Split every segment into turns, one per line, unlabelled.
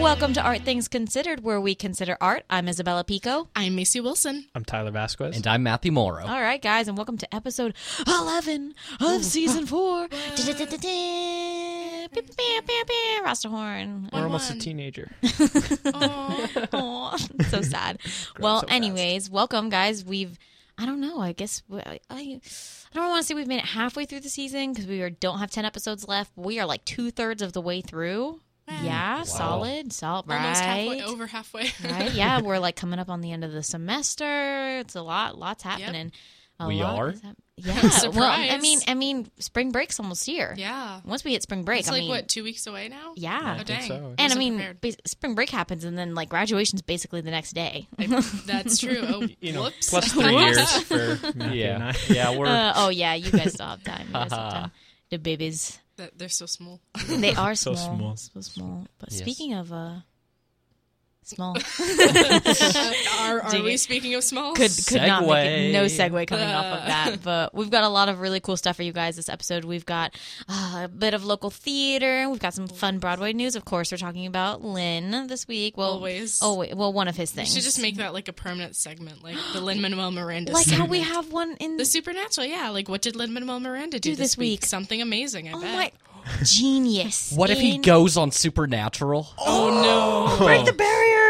Welcome to Art Things Considered, where we consider art. I'm Isabella Pico.
I'm Macy Wilson.
I'm Tyler Vasquez.
And I'm Matthew Morrow.
Oh,
All right, guys, and welcome to episode 11 of season four. Rosterhorn.
We're almost a
one.
teenager.
Aw.
Aw, so sad. well,
so fast.
anyways, welcome, guys. We've I don't know. I guess we- I I don't want to say we've made it halfway through the season because we are, don't have ten episodes left. But we are like two thirds of the way through. Yeah, solid, solid, right?
Almost halfway, over halfway.
right? Yeah, we're like coming up on the end of the semester. It's a lot. Lots happening. A
We
lot
are?
is hap- yeah. well, I
Surprise.
mean, I mean, spring break's almost here.
yeah.
Once we hit spring break,
It's
I
like,
mean,
what, two weeks away now?
yeah.
Oh,
I think
dang.
so.
And I
so
mean,
prepared.
bas spring break happens, and then like graduation's basically the next day.
That's true. Oh,
You know,
whoops.
plus three years for Matthew and
Yeah,
I.
yeah, we're
Uh, oh yeah, you guys still have time. You guys still have time. The babies,
That- They're so small.
they are
So
small,
small.
so small. But
Yes.
speaking of uh, small,
Uh, are are
Dig
we
it.
speaking of small?
could could not make it, no
Segue.
segue coming off of that. But we've got a lot of really cool stuff for you guys this episode. We've got uh, a bit of local theater. We've got some fun Broadway news. Of course, we're talking about Lynn this week. Well,
Always.
Oh wait, well, one of his things.
We should just make that like a permanent segment, like the Lin Manuel Miranda.
like how
segment.
we have one in
the supernatural. Yeah, like what did Lin Manuel Miranda do,
Do this week.
Something amazing. I
Oh
bet.
my genius!
What if he
In-
goes on Supernatural?
Oh no.
break the barriers?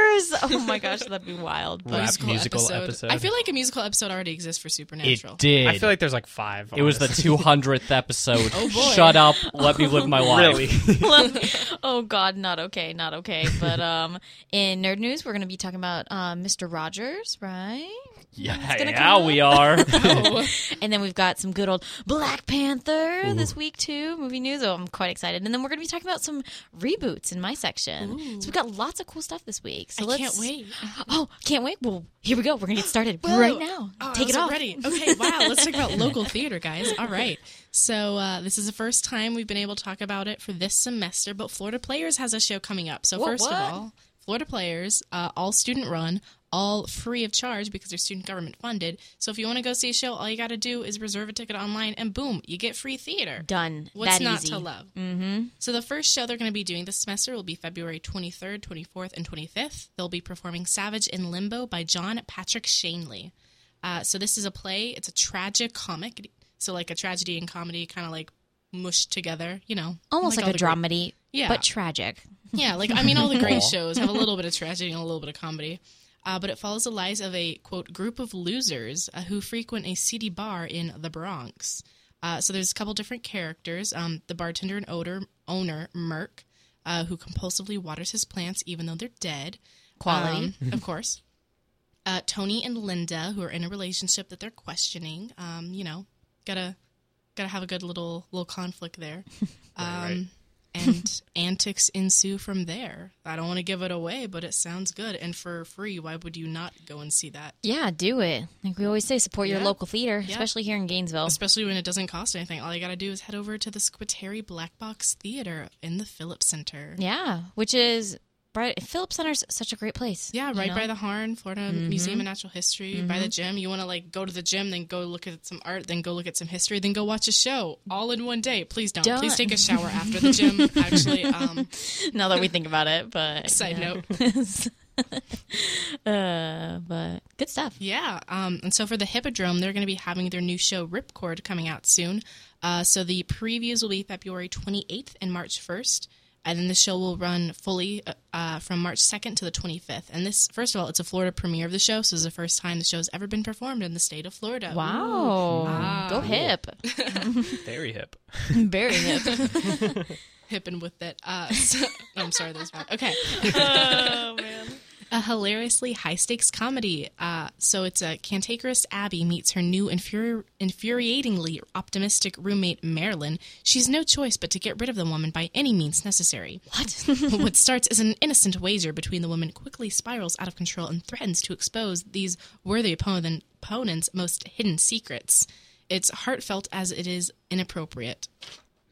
Oh my gosh, that'd be wild. But
Rap musical episode.
I feel like a musical episode already exists for Supernatural.
did.
I feel like there's like five.
it was the
honestly.
200th episode.
Oh, boy.
Shut up. Let me live my life.
really.
oh God, not okay, not okay. But um, in nerd news, we're gonna be talking about uh, Mr. Rogers, right?
Yeah,
gonna
yeah
come
we are.
Oh.
And then we've got some good old Black Panther this week too, movie news. Oh, I'm quite excited. And then we're gonna be talking about some reboots in my section. So we've got lots of cool stuff this week. So
I
let's
can't wait.
Oh, can't wait. Well, here we go. We're gonna get started
Whoa.
right now.
Oh, I
Take it
wasn't
off.
Ready. Okay, wow. Let's talk about local theater, guys. All right. So, uh, this is the first time we've been able to talk about it for this semester, but Florida Players has a show coming up. So,
Wha-
first
what?
of all, Florida Players, uh, all student run, all free of charge because they're student government funded. So, if you want to go see a show, all you got to do is reserve a ticket online, and boom, you get free theater.
Done.
What's
that
not
easy.
to love? Mm-hmm. So the first show they're going to be doing this semester will be February 23rd, 24th, and 25th. They'll be performing "Savage in Limbo" by John Patrick Shanley. Uh, so this is a play. It's a tragic comic. So like a tragedy and comedy, kind of like mushed together. You know,
Almost like,
all
a
the
dramedy,
Yeah.
but tragic.
great- yeah, like I mean, all the great shows have a little bit of tragedy and a little bit of comedy. Uh, but it follows the lives of a quote group of losers uh, who frequent a seedy bar in the Bronx. Uh, so there's a couple different characters. Um, the bartender and odor, owner, Merc, uh, who compulsively waters his plants even though they're dead.
Quality.
Um, of course. Uh, Tony and Linda, who are in a relationship that they're questioning. Um, you know, gotta gotta have a good little little conflict there. Um, and antics ensue from there. I don't want to give it away, but it sounds good. And for free, why would you not go and see that?
Yeah, do it. Like we always say, support your
Yeah.
local theater, especially here in Gainesville.
Especially when it doesn't cost anything. All you gotta do is head over to the Squateri Black Box Theater in the Phillips Center.
Yeah, which is right. Phillips Center's such a great place.
Yeah, right
know?
by the Harn, Florida
Mm-hmm.
Museum of Natural History, by the gym. You want to like go to the gym, then go look at some art, then go look at some history, then go watch a show all in one day. Please don't. Please
Don't.
take a shower after the gym. Actually, um,
now that we think about it, but
side
yeah.
note.
uh, but good stuff.
Yeah. Um, and so for the Hippodrome, they're going to be having their new show Ripcord coming out soon. Uh, so the previews will be February 28th and March 1st. And then the show will run fully uh, uh, from March 2nd to the 25th. And this, first of all, it's a Florida premiere of the show. So it's the first time the show's ever been performed in the state of Florida.
Wow, go hip,
Um,
Very hip.
very hip.
hipping with it. Uh, so- I'm sorry, that was bad. Okay. A hilariously high stakes comedy. Uh, so it's a cantankerous Abby meets her new infuri- infuriatingly optimistic roommate Marilyn. She's no choice but to get rid of the woman by any means necessary.
What?
what starts as an innocent wager between the women quickly spirals out of control and threatens to expose these worthy opponent- opponents' most hidden secrets. It's heartfelt as it is inappropriate.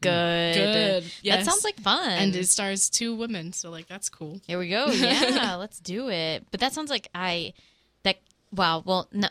Good.
Good,
That
yes.
sounds like fun.
And it stars two women, so like that's cool.
Here we go. Yeah, let's do it. But that sounds like I that wow, well no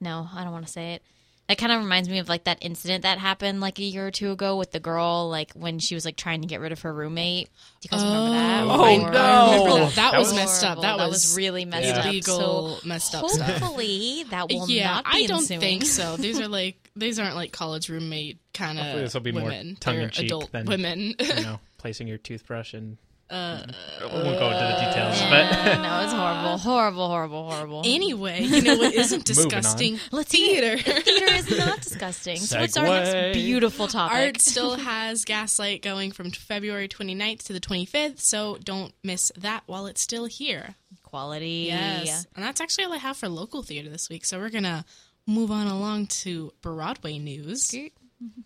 no, I don't want to say it. That kind of reminds me of like that incident that happened like a year or two ago with the girl, like when she was like trying to get rid of her roommate. Do you guys remember that?
Oh,
Or-
I remember
no.
that. That was
Horrible.
messed up. That
that was
was
really messed up. So
illegal, messed up stuff.
hopefully that will
yeah,
not be
I don't
ensuing.
think so. These are like these aren't like college roommate kind
Hopefully
of
this will be more
women. They're
tongue-in-cheek
adult
than-
women.
you know, placing your toothbrush and
uh,
we won't go into the details,
Yeah, no, it's horrible, horrible, horrible, horrible.
anyway, you know what isn't
Moving on.
disgusting?
Let's see.
Theater.
Theater is not disgusting. So what's our
Segue.
next beautiful topic?
Art still has Gaslight going from February 29th to the 25th, so don't miss that while it's still here.
Quality.
Yes. And that's actually all I have for local theater this week. So we're going to move on along to Broadway news.
Scoot.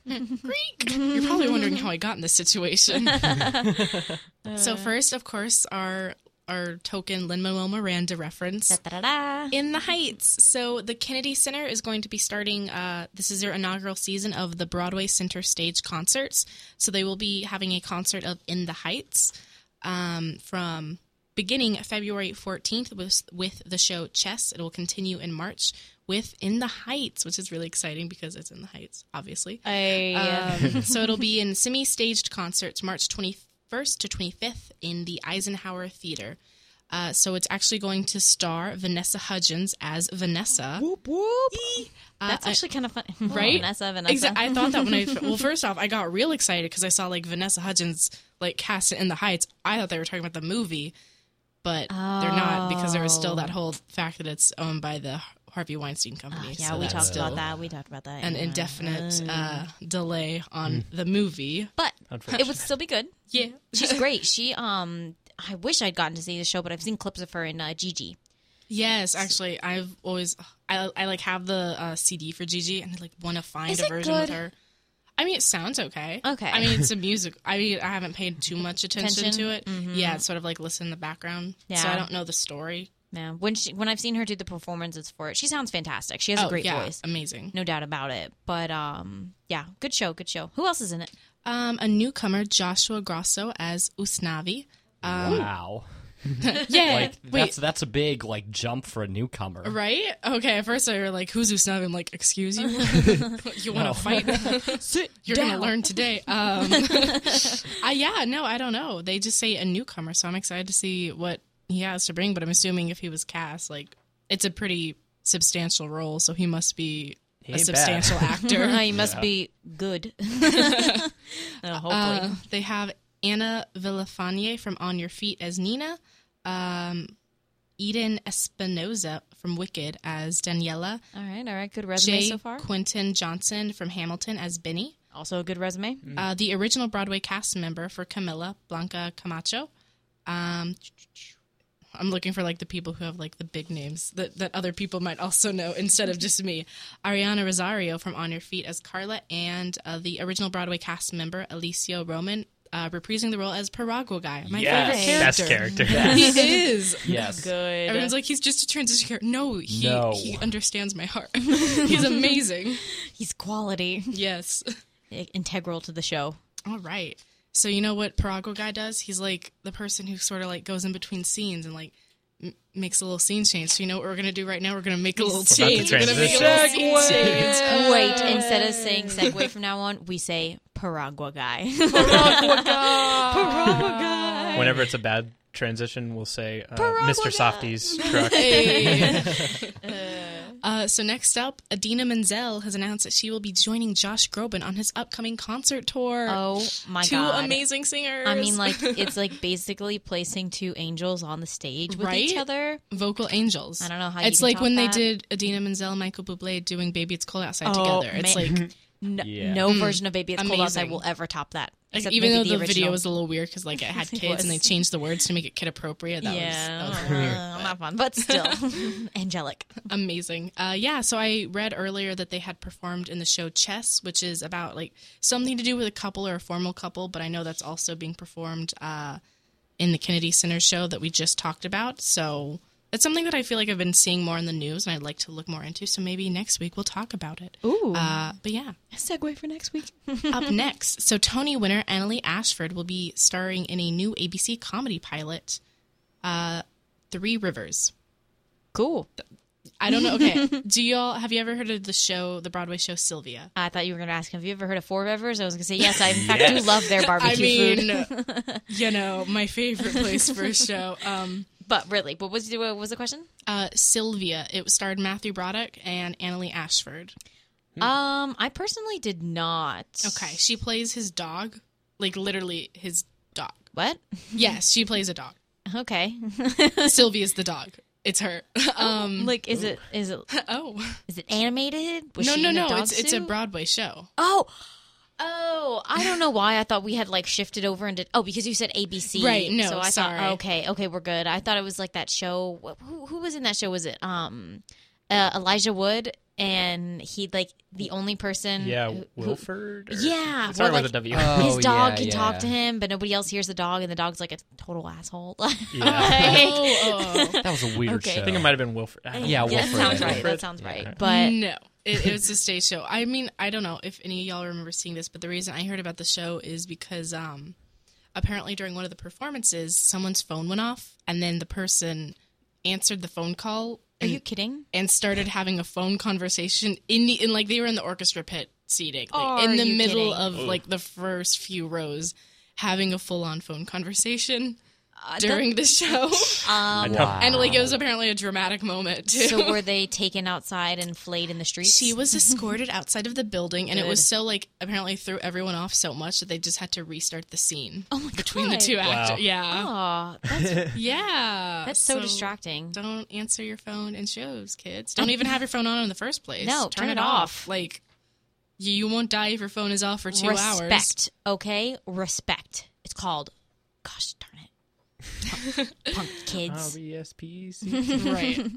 Greek. You're probably wondering how I got in this situation. so first, of course, our our token Lin Manuel Miranda reference
Da-da-da-da.
in the Heights. So the Kennedy Center is going to be starting. Uh, this is their inaugural season of the Broadway Center Stage concerts. So they will be having a concert of In the Heights um, from beginning February 14th with, with the show Chess. It will continue in March with In the Heights, which is really exciting because it's in the Heights, obviously.
I, uh,
Um, so it'll be in semi staged concerts March 21st to 25th in the Eisenhower Theater. Uh, so it's actually going to star Vanessa Hudgens as Vanessa.
Whoop whoop.
Uh,
that's
I-
actually kind of fun,
Right?
Vanessa, Vanessa.
Exa- I thought that when I well, first off, I got real excited because I saw like Vanessa Hudgens like cast in the Heights. I thought they were talking about the movie, but they're not because there was still
Oh.
that whole fact that it's owned by the Harvey Weinstein company.
Ah, yeah,
So
we
that's
talked
still
about that. Mm. We talked about that.
An
yeah.
indefinite uh, delay on the movie.
but
unfortunately.
it would still be good.
Yeah,
She's great. She um, I wish I'd gotten to see the show, but I've seen clips of her in uh, Gigi.
Yes, actually, I've always I, I like have the uh, CD for Gigi, and I like want to find
Is
a
it
version with
good?
her. I mean, it sounds okay.
Okay.
I mean, it's a music. I mean, I haven't paid too much attention,
Attention? Mm-hmm.
to it. Yeah, it's sort of like listen in the background. So
Yeah.
I don't know the story.
Yeah, when she when I've seen her do the performances for it, she sounds fantastic. She has a great
Oh, yeah,
voice,
amazing.
no doubt about it. But um, yeah, good show, good show. Who else is in it?
Um, a newcomer, Joshua Grosso as Usnavi. Um,
wow.
yeah,
Like
wait,
that's that's a big like jump for a newcomer.
right? Okay, at first I were like, "Who's Usnavi?" I'm like, "Excuse you, you want to fight?"
Sit
you're
down.
gonna learn today. Um, uh, yeah, no, I don't know. They just say a newcomer, so I'm excited to see what he has to bring. But I'm assuming if he was cast, like it's a pretty substantial role, so he must be
He
a
ain't bad.
substantial actor.
you must be good. Uh, hopefully,
Uh, they have Anna Villafañe from On Your Feet as Nina, um, Eden Espinoza from Wicked as Daniela,
all right, all right. Good resume
Jay
so far.
Quentin Johnson from Hamilton as Benny.
Also a good resume.
uh, the original Broadway cast member for Camilla, Blanca Camacho. Um, I'm looking for like the people who have like the big names that, that other people might also know instead of just me. Ariana Rosario from On Your Feet as Carla, and uh, the original Broadway cast member Alicia Roman uh, reprising the role as Paraguay guy. My
yes,
favorite
best
character.
character.
He is.
Yes.
Good.
Everyone's like, he's just a transition character. No, he
No.
he understands my heart. he's amazing.
He's quality,
Yes.
integral to the show.
All right. So you know what Parago guy does? He's like the person who sort of like goes in between scenes and like m- makes a little scene change. So you know what we're gonna do right now? We're gonna make a little
about to
change. We're gonna make a
transition.
little scene
Segue.
change.
Wait, instead of saying segue from now on, we say Paraguay guy. Paraguay guy.
Whenever it's a bad transition, we'll say uh,
Paraguay.
Mr. Softy's truck.
Uh, so next up, Adina Menzel has announced that she will be joining Josh Groban on his upcoming concert tour.
Oh my
Two
god.
amazing singers.
I mean, like it's like basically placing two angels on the stage with each
Right?
other.
vocal angels.
I don't know how you
it's
can
like
top
when
that.
they did Adina Menzel, Michael Bublé doing "Baby It's Cold Outside"
Oh,
together. It's
man.
like
No,
Yeah.
no version of "Baby It's Cold Outside"
Hmm. amazing.
will ever top that.
Like,
Except
even
maybe
though the, video
original.
was a little weird because like it had
It
kids and they
was.
changed the words to make it kid appropriate. That
yeah,
was, that was weird.
uh, not fun, but still angelic.
amazing. Uh, yeah, so I read earlier that they had performed in the show Chess, which is about like something to do with a couple or a formal couple, but I know that's also being performed uh, in the Kennedy Center show that we just talked about. So that's something that I feel like I've been seeing more in the news and I'd like to look more into. So maybe next week we'll talk about it.
Ooh.
Uh, but yeah.
Segue for next week.
Up next, so Tony winner Annalie Ashford will be starring in a new ABC comedy pilot, uh, Three Rivers.
Cool.
I don't know. Okay, do y'all have you ever heard of the show, the Broadway show Sylvia?
I thought you were going to ask, have you ever heard of Four Rivers? I was going to say, yes, I in fact
Yes.
do love their barbecue
mean-
food.
You know, my favorite place for a show. Um,
but really, what was, what was the question?
uh, Sylvia. It starred Matthew Broderick and Annalie Ashford.
Hmm.
Um, I personally did not.
Okay, she plays his dog, like literally his dog.
What?
Yes, she plays a dog.
Okay.
Hmm. Sylvia's the dog. It's her. Um,
like, is it is it
oh
is it animated? Was
no
she
no
in a
no!
dog
It's it's a
suit?
Broadway show.
Oh, oh, I don't know why I thought we had like shifted over and did. Oh, because you said ABC,
Right, no,
so I
sorry.
thought okay, okay, we're good. I thought it was like that show. wh- Who who was in that show? Was it um uh, Elijah Wood and he like the only person?
Yeah,
who- who-
Wilford. or-
Yeah,
it started
well,
with a W.
uh,
his
Oh,
dog
yeah,
can
yeah.
talk to him, but nobody else hears the dog, and the dog's like a total asshole.
Yeah.
Like-
oh, oh, oh.
That was a weird
Okay.
show.
I
I think it might have been Wilford. I don't
Yeah,
know.
that
Wilfred,
sounds
yeah.
right. That
Wilfred?
sounds
Yeah.
right. But
no. It, it was a stage show. I mean, I don't know if any of y'all remember seeing this, but the reason I heard about the show is because um, apparently during one of the performances, someone's phone went off, and then the person answered the phone call
are
and,
you kidding?
and started having a phone conversation in the in like they were in the orchestra pit seating, like,
Are
in the
you
middle
kidding?
of like the first few rows, having a full on phone conversation
Uh,
during the show.
Um,
Wow.
And like it was apparently a dramatic moment too.
so were they taken outside and flayed in the streets?
She was escorted outside of the building, and it was
Good.
so like apparently threw everyone off so much that they just had to restart the scene
oh my
between the
God.
two actors.
Wow.
Yeah,
Aw, that's,
yeah.
that's so, distracting.
Don't answer your phone in shows, kids. Don't even have your phone on in the first place.
No, turn it off.
Like you, you won't die if your phone is off for two hours.
Respect, okay? Respect. It's called. Gosh darn it, punk, punk
Oh,
kids.
RESPC.
right.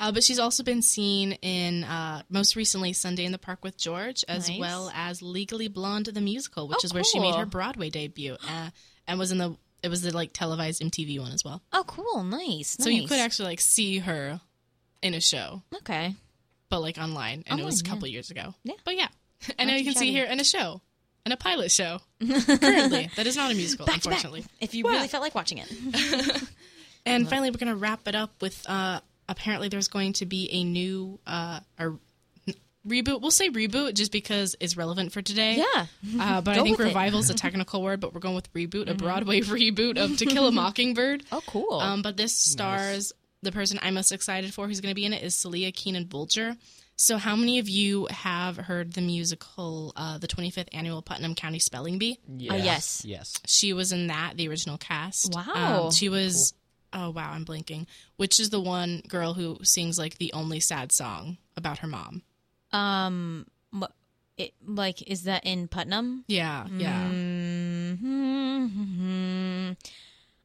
Uh, but she's also been seen in uh, most recently Sunday in the Park with George, as
Nice.
well as Legally Blonde the musical, which
Oh,
is where she made
cool.
her Broadway debut, uh, and was in the it was the like televised MTV one as well.
oh, cool, nice.
So you could
nice.
actually like see her in a show,
okay.
but like online, and it was a
Online, yeah.
couple years ago.
Yeah.
but yeah, and now
Watch and
you can see
chatty.
her in a show, in a pilot show. Currently, that is not a musical,
Back to back.
unfortunately.
If you
What?
really felt like watching it,
And finally, we're going to wrap it up with uh, apparently there's going to be a new uh, a reboot. We'll say reboot just because it's relevant for today.
yeah.
Uh, but
Go
I think
with it. Mm-hmm.
revival is a technical word, but we're going with reboot, a Broadway reboot of To Kill a Mockingbird.
Oh, cool.
Um, but this stars the person I'm most excited for who's going to be in it is Celia Keenan Bulger. So, how many of you have heard the musical, uh, the 25th annual Putnam County Spelling Bee?
Oh, yes.
Yes.
She was in that, the original cast.
Wow.
Um, she was, oh, wow, I'm blinking. Which is the one girl who sings like the only sad song about her mom.
Um, m- it, like, is that in Putnam?
Yeah, yeah.
Mm. hmm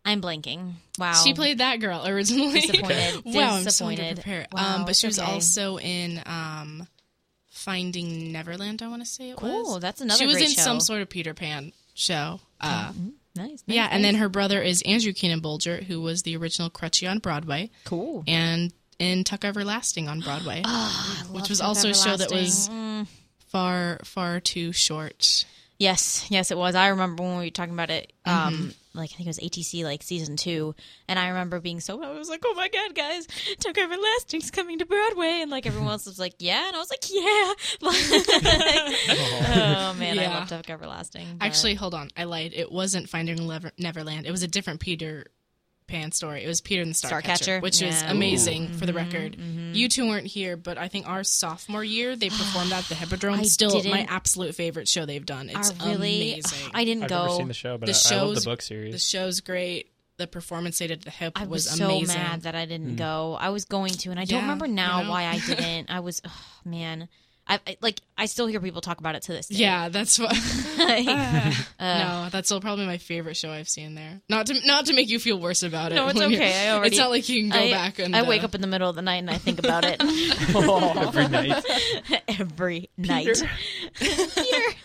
I'm blanking. Wow.
She played that girl originally.
Disappointed.
wow, I'm so
Disappointed.
underprepared.
Wow,
um, but she
it's
was
okay.
also in um, Finding Neverland, I want to say it
Cool.
was.
That's another.
she was
great
in
show. Oh,
some sort of Peter Pan show. Uh,
Nice.
Yeah,
nice,
and then
nice.
her brother is Andrew Keenan Bolger, who was the original Crutchy on Broadway,
cool.
and in Tuck Everlasting on Broadway.
Ah, I
which
love
was
Tuck
also a show that was-
Everlasting. Mm.
far far too short.
yes, yes, it was. I remember when we were talking about it.
Mm-hmm.
Um, like I think it was ATC, like season two, and I remember being so. I was like, "Oh my god, guys, Tuck Everlasting's coming to Broadway," and like everyone else was like, "Yeah," and I was like, "Yeah." Like, oh man, I
Yeah.
love Tuck Everlasting. but-
Actually, hold on, I lied. It wasn't Finding Lever- Neverland. It was a different Peter Pan story. It was Peter and the Starcatcher,
Starcatcher,
which is
yeah. Mm-hmm.
amazing for the record. You two weren't here, but I think our sophomore year they performed at the Hippodrome.
I
Still, my
didn't-
absolute favorite show they've done. It's
I really,
amazing.
I didn't
I've
go.
never seen the show, but
The
I, I love the
show's-
book
the
series.
show's great. The performance they did at the Hip
I was,
was,
so
amazing.
mad that I
Mm.
didn't go. I was going to, and I
Yeah,
don't remember
you
now
know.
why I didn't. I was, oh, man. I, I like I still hear people talk about it to this day.
yeah, Uh-huh. that's what.
Uh,
no, that's still probably my favorite show I've seen there. Not to not to make you feel worse about it.
No, it's
when you're-
okay. I already-
It's not like you can go
I,
back and
I
uh,
wake up in the middle of the night and I think about it
Every night.
every night. Peter.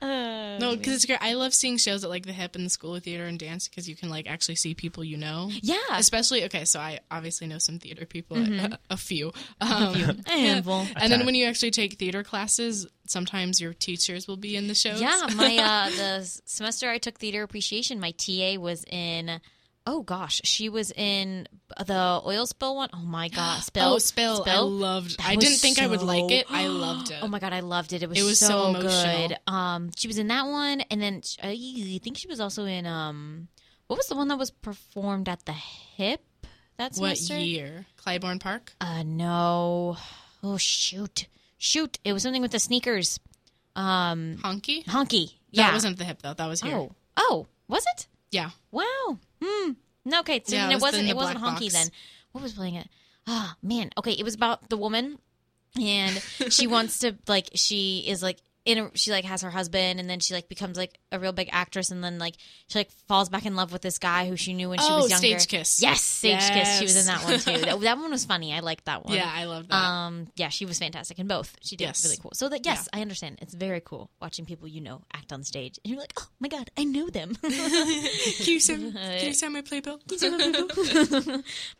Uh,
No, because it's great. I love seeing shows at like the hip and the school theater and dance because you can like actually see people you know.
yeah,
Especially okay, so I obviously know some theater people, a, a few, um,
Mm-hmm. a handful.
and then when you actually take theater classes, sometimes your teachers will be in the shows.
Yeah, my uh, the s- semester I took theater appreciation, my TA was in oh gosh, she was in the oil spill one. Oh my god, spill,
Oh, spill. I loved.
That
I
was
didn't think I would like
so-
it. I loved it.
Oh my god, I loved it. It was,
It was so
so,
emotional.
good. Um, she was in that one, and then sh- I think she was also in um, what was the one that was performed at the hip that
What
semester?
year? Clybourne Park.
Uh, no. Oh shoot, shoot! It was something with the sneakers. Um,
Honky.
honky. Yeah.
That wasn't at the hip though. That was here.
oh, oh, was it?
Yeah.
Wow. Hmm. No, okay. So
Yeah,
then
it
it,
was in
wasn't
the
it wasn't
black
honky
box.
then. What was playing it? Ah, man. Okay, it was about the woman and she wants to like she is like in a, she like has her husband and then she like becomes like a real big actress and then like she like falls back in love with this guy who she knew when she
oh,
was younger.
stage kiss.
Yes, stage kiss. She was in that one
Yes.
too. That, that one was funny. I liked that one.
Yeah, I love that.
Um. Yeah, she was fantastic in both. She did
Yes.
really cool. So that yes, I understand. It's very cool watching people you know act on stage, and you're like, oh my god, I know them.
can you send? Can you send my playbill?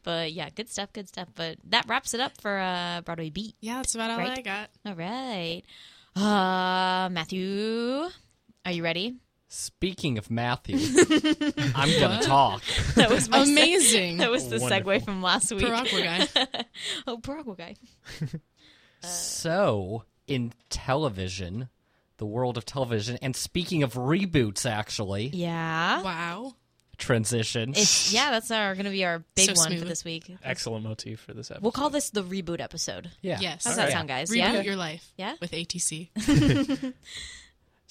but yeah, good stuff, good stuff. But that wraps it up for uh, Broadway Beat.
yeah, that's about all
Right.
I got.
All right. Uh, Matthew, are you ready?
Speaking of Matthew, I'm gonna talk.
That was my se-
Amazing.
that was the
Wonderful.
segue from last week.
Paraguay guy.
oh, Paraguay guy.
Uh,
So, in television, the world of television, and speaking of reboots, actually,
Yeah.
Wow.
transition.
It's yeah. That's our gonna be our big
So
one for
smooth.
this week.
Excellent motif for this episode.
We'll call this the reboot episode.
yeah.
Yes.
How's
All
that
right.
sound, guys?
Reboot
yeah.
your life.
Yeah?
With ATC.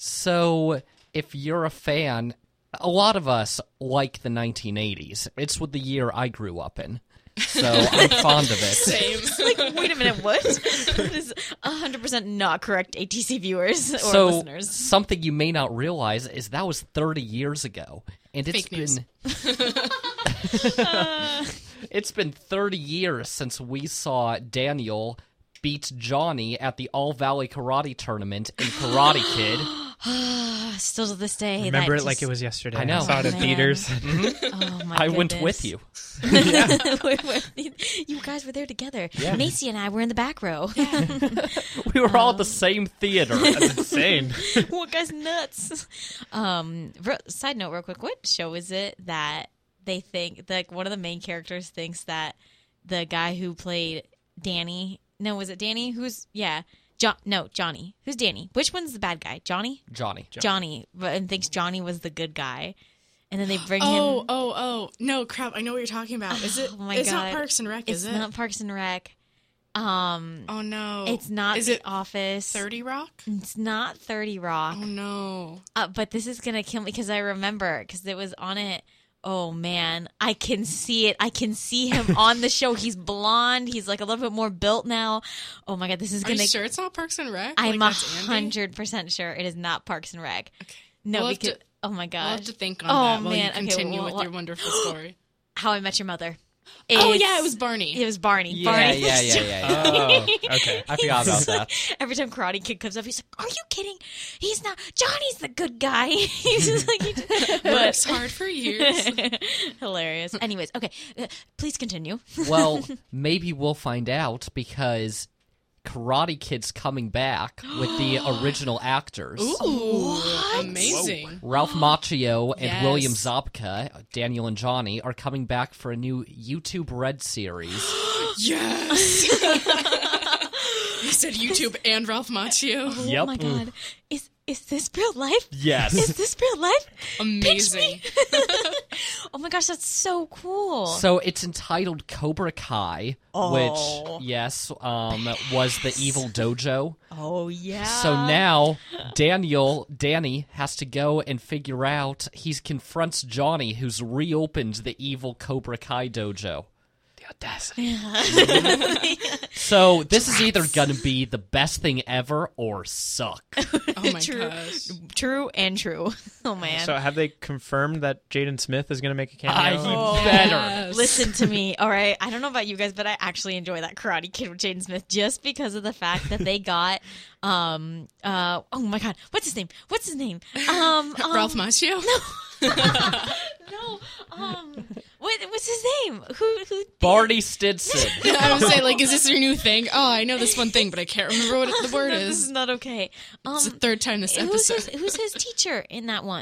So, if you're a fan, a lot of us like the 1980s. It's what the year I grew up in. So, I'm fond of it.
like, wait a minute, what? that is 100% not correct, ATC viewers or
so,
listeners.
something you may not realize is that was 30 years ago. And it's
Fake news.
been It's been 30 years since we saw Daniel beat Johnny at the All Valley Karate Tournament in Karate Kid.
Ah, Still to this day.
Remember
that
it like
just-
it was yesterday.
I know.
I saw it
Oh,
at
man.
theaters.
Oh my
I went with
goodness.
you.
We were- you guys were there together. Macy and I were in the back row.
We were all at the same theater.
That's insane.
what guys nuts? Um, re- side note, real quick, what show is it that they think like one of the main characters thinks that the guy who played Danny? No, was it Danny? Who's yeah? John? No, Johnny. Who's Danny? Which one's the bad guy? Johnny.
Johnny.
Johnny, but and thinks Johnny was the good guy, and then they bring him.
Oh, oh, oh. No, crap. I know what you're talking about. Is it?
Oh my
it's not
God.
Parks and Rec,
It's
is it?
not Parks and Rec. Um,
oh, no.
it's not
Is
The
it
Office.
30 Rock?
It's not Thirty Rock.
Oh, no.
Uh, but this is gonna kill me because I remember because it was on it. Oh man, I can see it. I can see him on the show. He's blonde. He's like a little bit more built now. Oh my god, this is
Are you
gonna.
sure it's not Parks and Rec?
I'm a
Like, that's Andy?
hundred percent sure it is not Parks and Rec.
Okay.
No,
We'll have
because
to-
oh my
I'll
gosh,
have to think on
Oh,
that while
man.
you
Okay,
continue
well,
with
what-
your wonderful story.
How I Met Your Mother.
oh,
It's-
yeah. It was Barney.
It was Barney.
Yeah,
Barney
yeah,
was
yeah,
Johnny.
yeah, yeah.
Oh, okay.
I forgot about that.
Every time Karate Kid comes up, he's like, "Are you kidding? He's not. Johnny's the good guy. he's just like, he just,
Works hard for years.
hilarious. Anyways, okay, uh, please continue.
Well, maybe we'll find out because Karate Kid's coming back with the original actors.
Ooh,
What?
amazing.
Ralph Macchio and
Yes.
William Zabka, Daniel and Johnny, are coming back for a new YouTube Red series.
Yes. you said YouTube and Ralph Macchio.
Oh my god, is is this real life? Is
Yes.
this real life?
Amazing.
Oh my gosh, that's so cool.
So it's entitled Cobra Kai,
Oh.
which yes, um, was the evil dojo.
oh yeah.
So now Daniel, Danny has to go and figure out. He confronts Johnny, who's reopened the evil Cobra Kai dojo.
The audacity.
So this is either gonna be the best thing ever or suck.
Oh my
True.
gosh.
true and true. Oh man.
So have they confirmed that Jaden Smith is going to make a
I
cameo?
Oh.
better.
Listen to me, all right? I don't know about you guys, but I actually enjoy that Karate Kid with Jaden Smith just because of the fact that they got, um, uh, oh my god, what's his name? What's his name? Um, um
Ralph Macchio?
no, um, what, what's his name? Who, who?
Barney Stinson.
I was saying, like, is this your new thing? Oh, I know this one thing, but I can't remember what the word
No, this is
is.
not okay. Um,
It's the third time this
who's his,
episode.
who's his teacher in that one?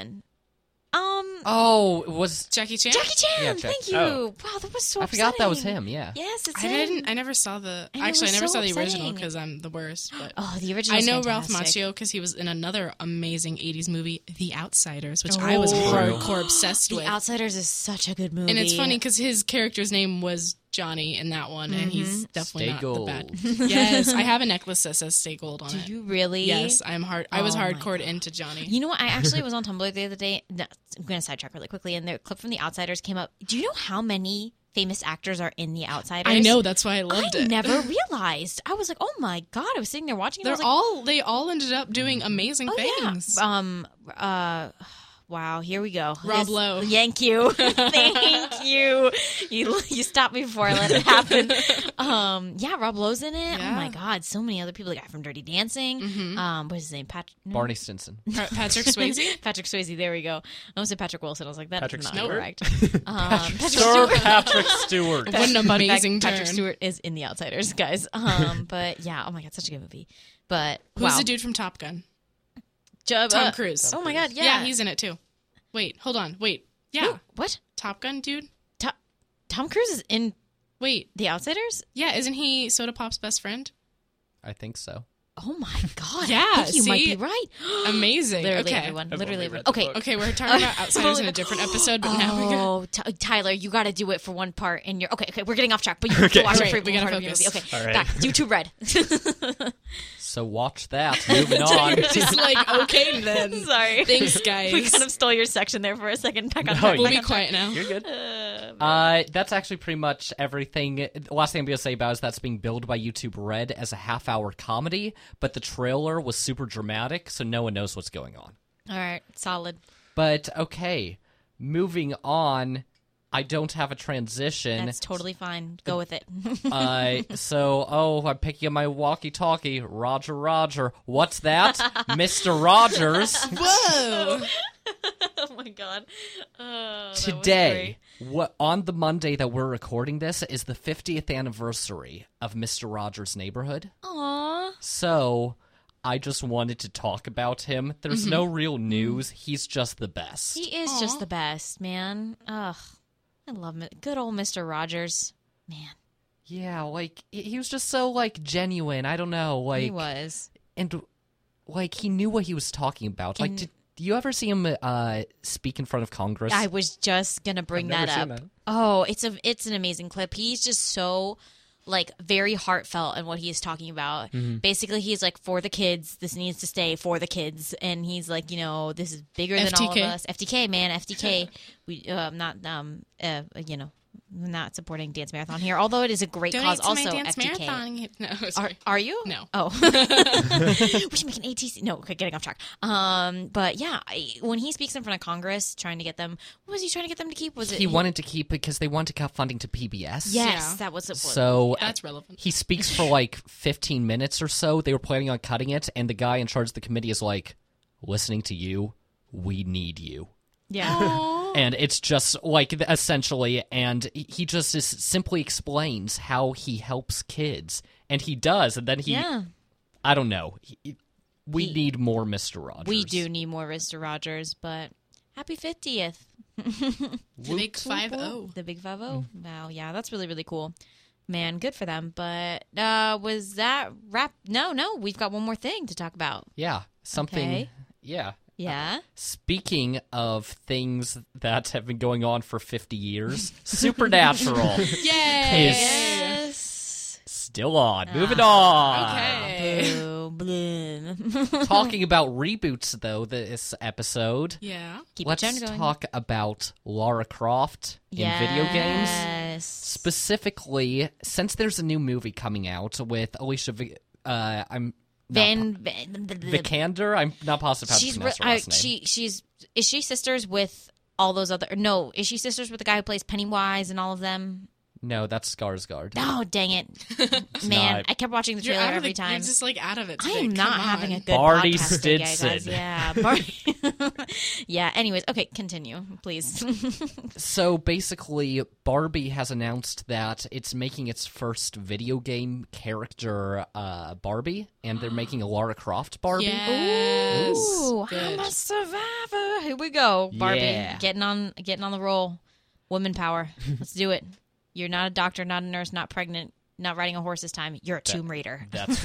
Um,
Oh, it was
Jackie Chan.
Jackie Chan.
Yeah, Jack-
thank you.
oh.
Wow, that was so.
I forgot that was
upsetting.
him. Yeah.
Yes, it's
I
him.
didn't. I never saw the.
And it
actually, I
was
never
so
saw the original
upsetting.
because I'm the worst. But
Oh, the original.
I know Ralph
fantastic.
Macchio because he was in another amazing '80s movie, The Outsiders, which I was hardcore obsessed
Oh. The
with.
Outsiders is such a good movie.
and it's funny because his character's name was Johnny in that one, and he's
Mm-hmm.
definitely
Stay
not the
gold.
bad. Yes, I have a necklace that says "Stay Gold" on
Do
it.
you really?
Yes, I'm hard. I was
Oh my
hardcore into Johnny.
You know what? I actually was on Tumblr the other day. No, I'm going to sidetrack really quickly. And the clip from The Outsiders came up. Do you know how many famous actors are in The Outsiders?
I know that's why I
I
loved it.
never realized. I was like, oh my god! I was sitting there watching. It, I
They're
was like,
all. They all ended up doing amazing
oh, yeah.
things.
Um. Uh. Wow. Here we go.
Rob
This-
Lowe.
Thank you. Thank you. You you stopped me before I let it happen. um. Yeah. Rob Lowe's in it. Oh my
Yeah.
god. So many other people. The guy from Dirty Dancing. Um. What's his name? Patrick.
Barney Stinson.
Pa- Patrick Swayze.
Patrick Swayze. There we go. I almost said Patrick Wilson. I was like, that's
Patrick
not
Stewart?
correct. Um, Patrick
Sir
Stewart.
Patrick Stewart.
What an
Fun fact,
amazing turn.
Patrick Stewart is in The Outsiders, guys. Um, but yeah, oh my god, such a good movie. But
Who's
wow,
the dude from Top Gun?
Ju- uh,
Tom Cruise.
Oh my god, yeah,
yeah. he's in it too. Wait, hold on. Wait, yeah,
Wait, what?
Top Gun dude.
Tom, Tom Cruise is in
Wait,
The Outsiders.
yeah, isn't he Soda Pop's best friend?
I think so.
Oh my god,
Yeah,
I think you might
see?
be right.
Amazing.
literally
okay.
everyone,
I've
literally
only
everyone.
read the
Okay,
book.
Okay, we're talking about outsiders in a different episode, but now we're gonna.
Oh, Ty- Tyler, you got to do it for one part, and you're okay. Okay, we're getting off track, but you have
Okay.
to watch
Great,
it for
we
one
gotta
part of your movie.
focus.
Okay,
All right.
back YouTube Red.
So watch that. Moving on.
You're just like okay then.
Sorry,
Thanks, guys.
we kind of Oh, stole your section there for a second. Back on
No,
track.
We'll
back
be
on track.
quiet now.
You're good.
Uh, that's actually pretty much everything. The last thing I'm going to say about is that's being billed by YouTube Red as a half hour comedy, but the trailer was super dramatic, so no one knows what's going on.
All right, solid.
But okay, moving on. I don't have a transition.
That's totally fine. Go with it.
uh, so, oh, I'm picking up my walkie talkie. Roger, Roger. What's that? Mr. Rogers.
Whoa!
oh my god. Oh, that was
Today, what on the Monday that we're recording this is the 50th anniversary of Mr. Rogers' Neighborhood.
great. Aw.
So I just wanted to talk about him. There's no real news. He's just the best.
Mm-hmm. He is just the best, man. Ugh. I love him. Good old Mr. Rogers. Man,
yeah, like he- he was just so like genuine. I don't know, like
he was.
and like he knew what he was talking about. Like
And-
did you ever see him uh speak in front of Congress?
I was just gonna bring
I've
that
never
up.
seen that.
Oh, it's a it's an amazing clip. He's just so like very heartfelt in what he is talking about. Basically, he's like for the kids. This needs to stay for the kids, and he's like, you know, this is bigger than all of
FTK.
us. FTK, man, FTK. we um, not um uh, you know not supporting dance marathon here, although it is a great
Donate
cause.
to my
also,
dance
FTK.
marathon. No,
Are,
sorry.
are you?
No.
Oh. we should make an ATC. No, okay, getting off track. Um, but yeah, I, when he speaks in front of Congress, trying to get them, what was he trying to get them to keep? Was it
he wanted to keep because they wanted to cut funding to PBS.
e- Yes,
Yeah.
that was it. was.
So
That's relevant.
he speaks for like 15 minutes or so. They were planning on cutting it, and the guy in charge of the committee is like, listening to you, we need you.
yeah,
and it's just like th- essentially and he- he just is, simply explains how he helps kids and he does and then he
yeah.
i don't know He- we
He-
need more mr rogers
We do need more Mr. Rogers, but happy fiftieth,
The big five oh. zero.
the Big Five
Mm.
O. Wow, yeah, that's really really cool. Man, good for them. But uh was that wrap? No, no, we've got one more thing to talk about.
yeah something
Okay.
yeah
Yeah.
speaking of things that have been going on for 50 years supernatural
Yay!
Yes.
still on
Ah,
moving on
Okay.
Boo, bloom.
talking about reboots though this episode
Yeah.
Keep
let's
the trend going.
talk about lara croft in video games
Yes.
specifically since there's a new movie coming out with Alicia Vi- uh I'm not
Van, Van
po- Vikander I'm not positive how
she's
to
re-
pronounce her
I,
last name.
she she's is she sisters with all those other no is she sisters with the guy who plays Pennywise and all of them?
no, that's Skarsgård.
No, dang it, man!
not.
I kept watching the
You're
trailer
out of
every
the,
time.
You're just like out of it.
I
today.
am not
Come
having a
on.
good
Barney
podcast today, guys.
Stinson.
Yeah, Barney. yeah. Anyways, okay, continue, please.
So basically Barbie has announced that it's making its first video game character uh Barbie and they're making a Lara Croft Barbie.
Yes.
Ooh,
Good.
I'm a survivor. yeah, here we go, Barbie,
Yeah.
getting on getting on the roll, woman power. Let's do it. You're not a doctor, not a nurse, not pregnant, not riding a horse this time. You're a Tomb Raider.
That's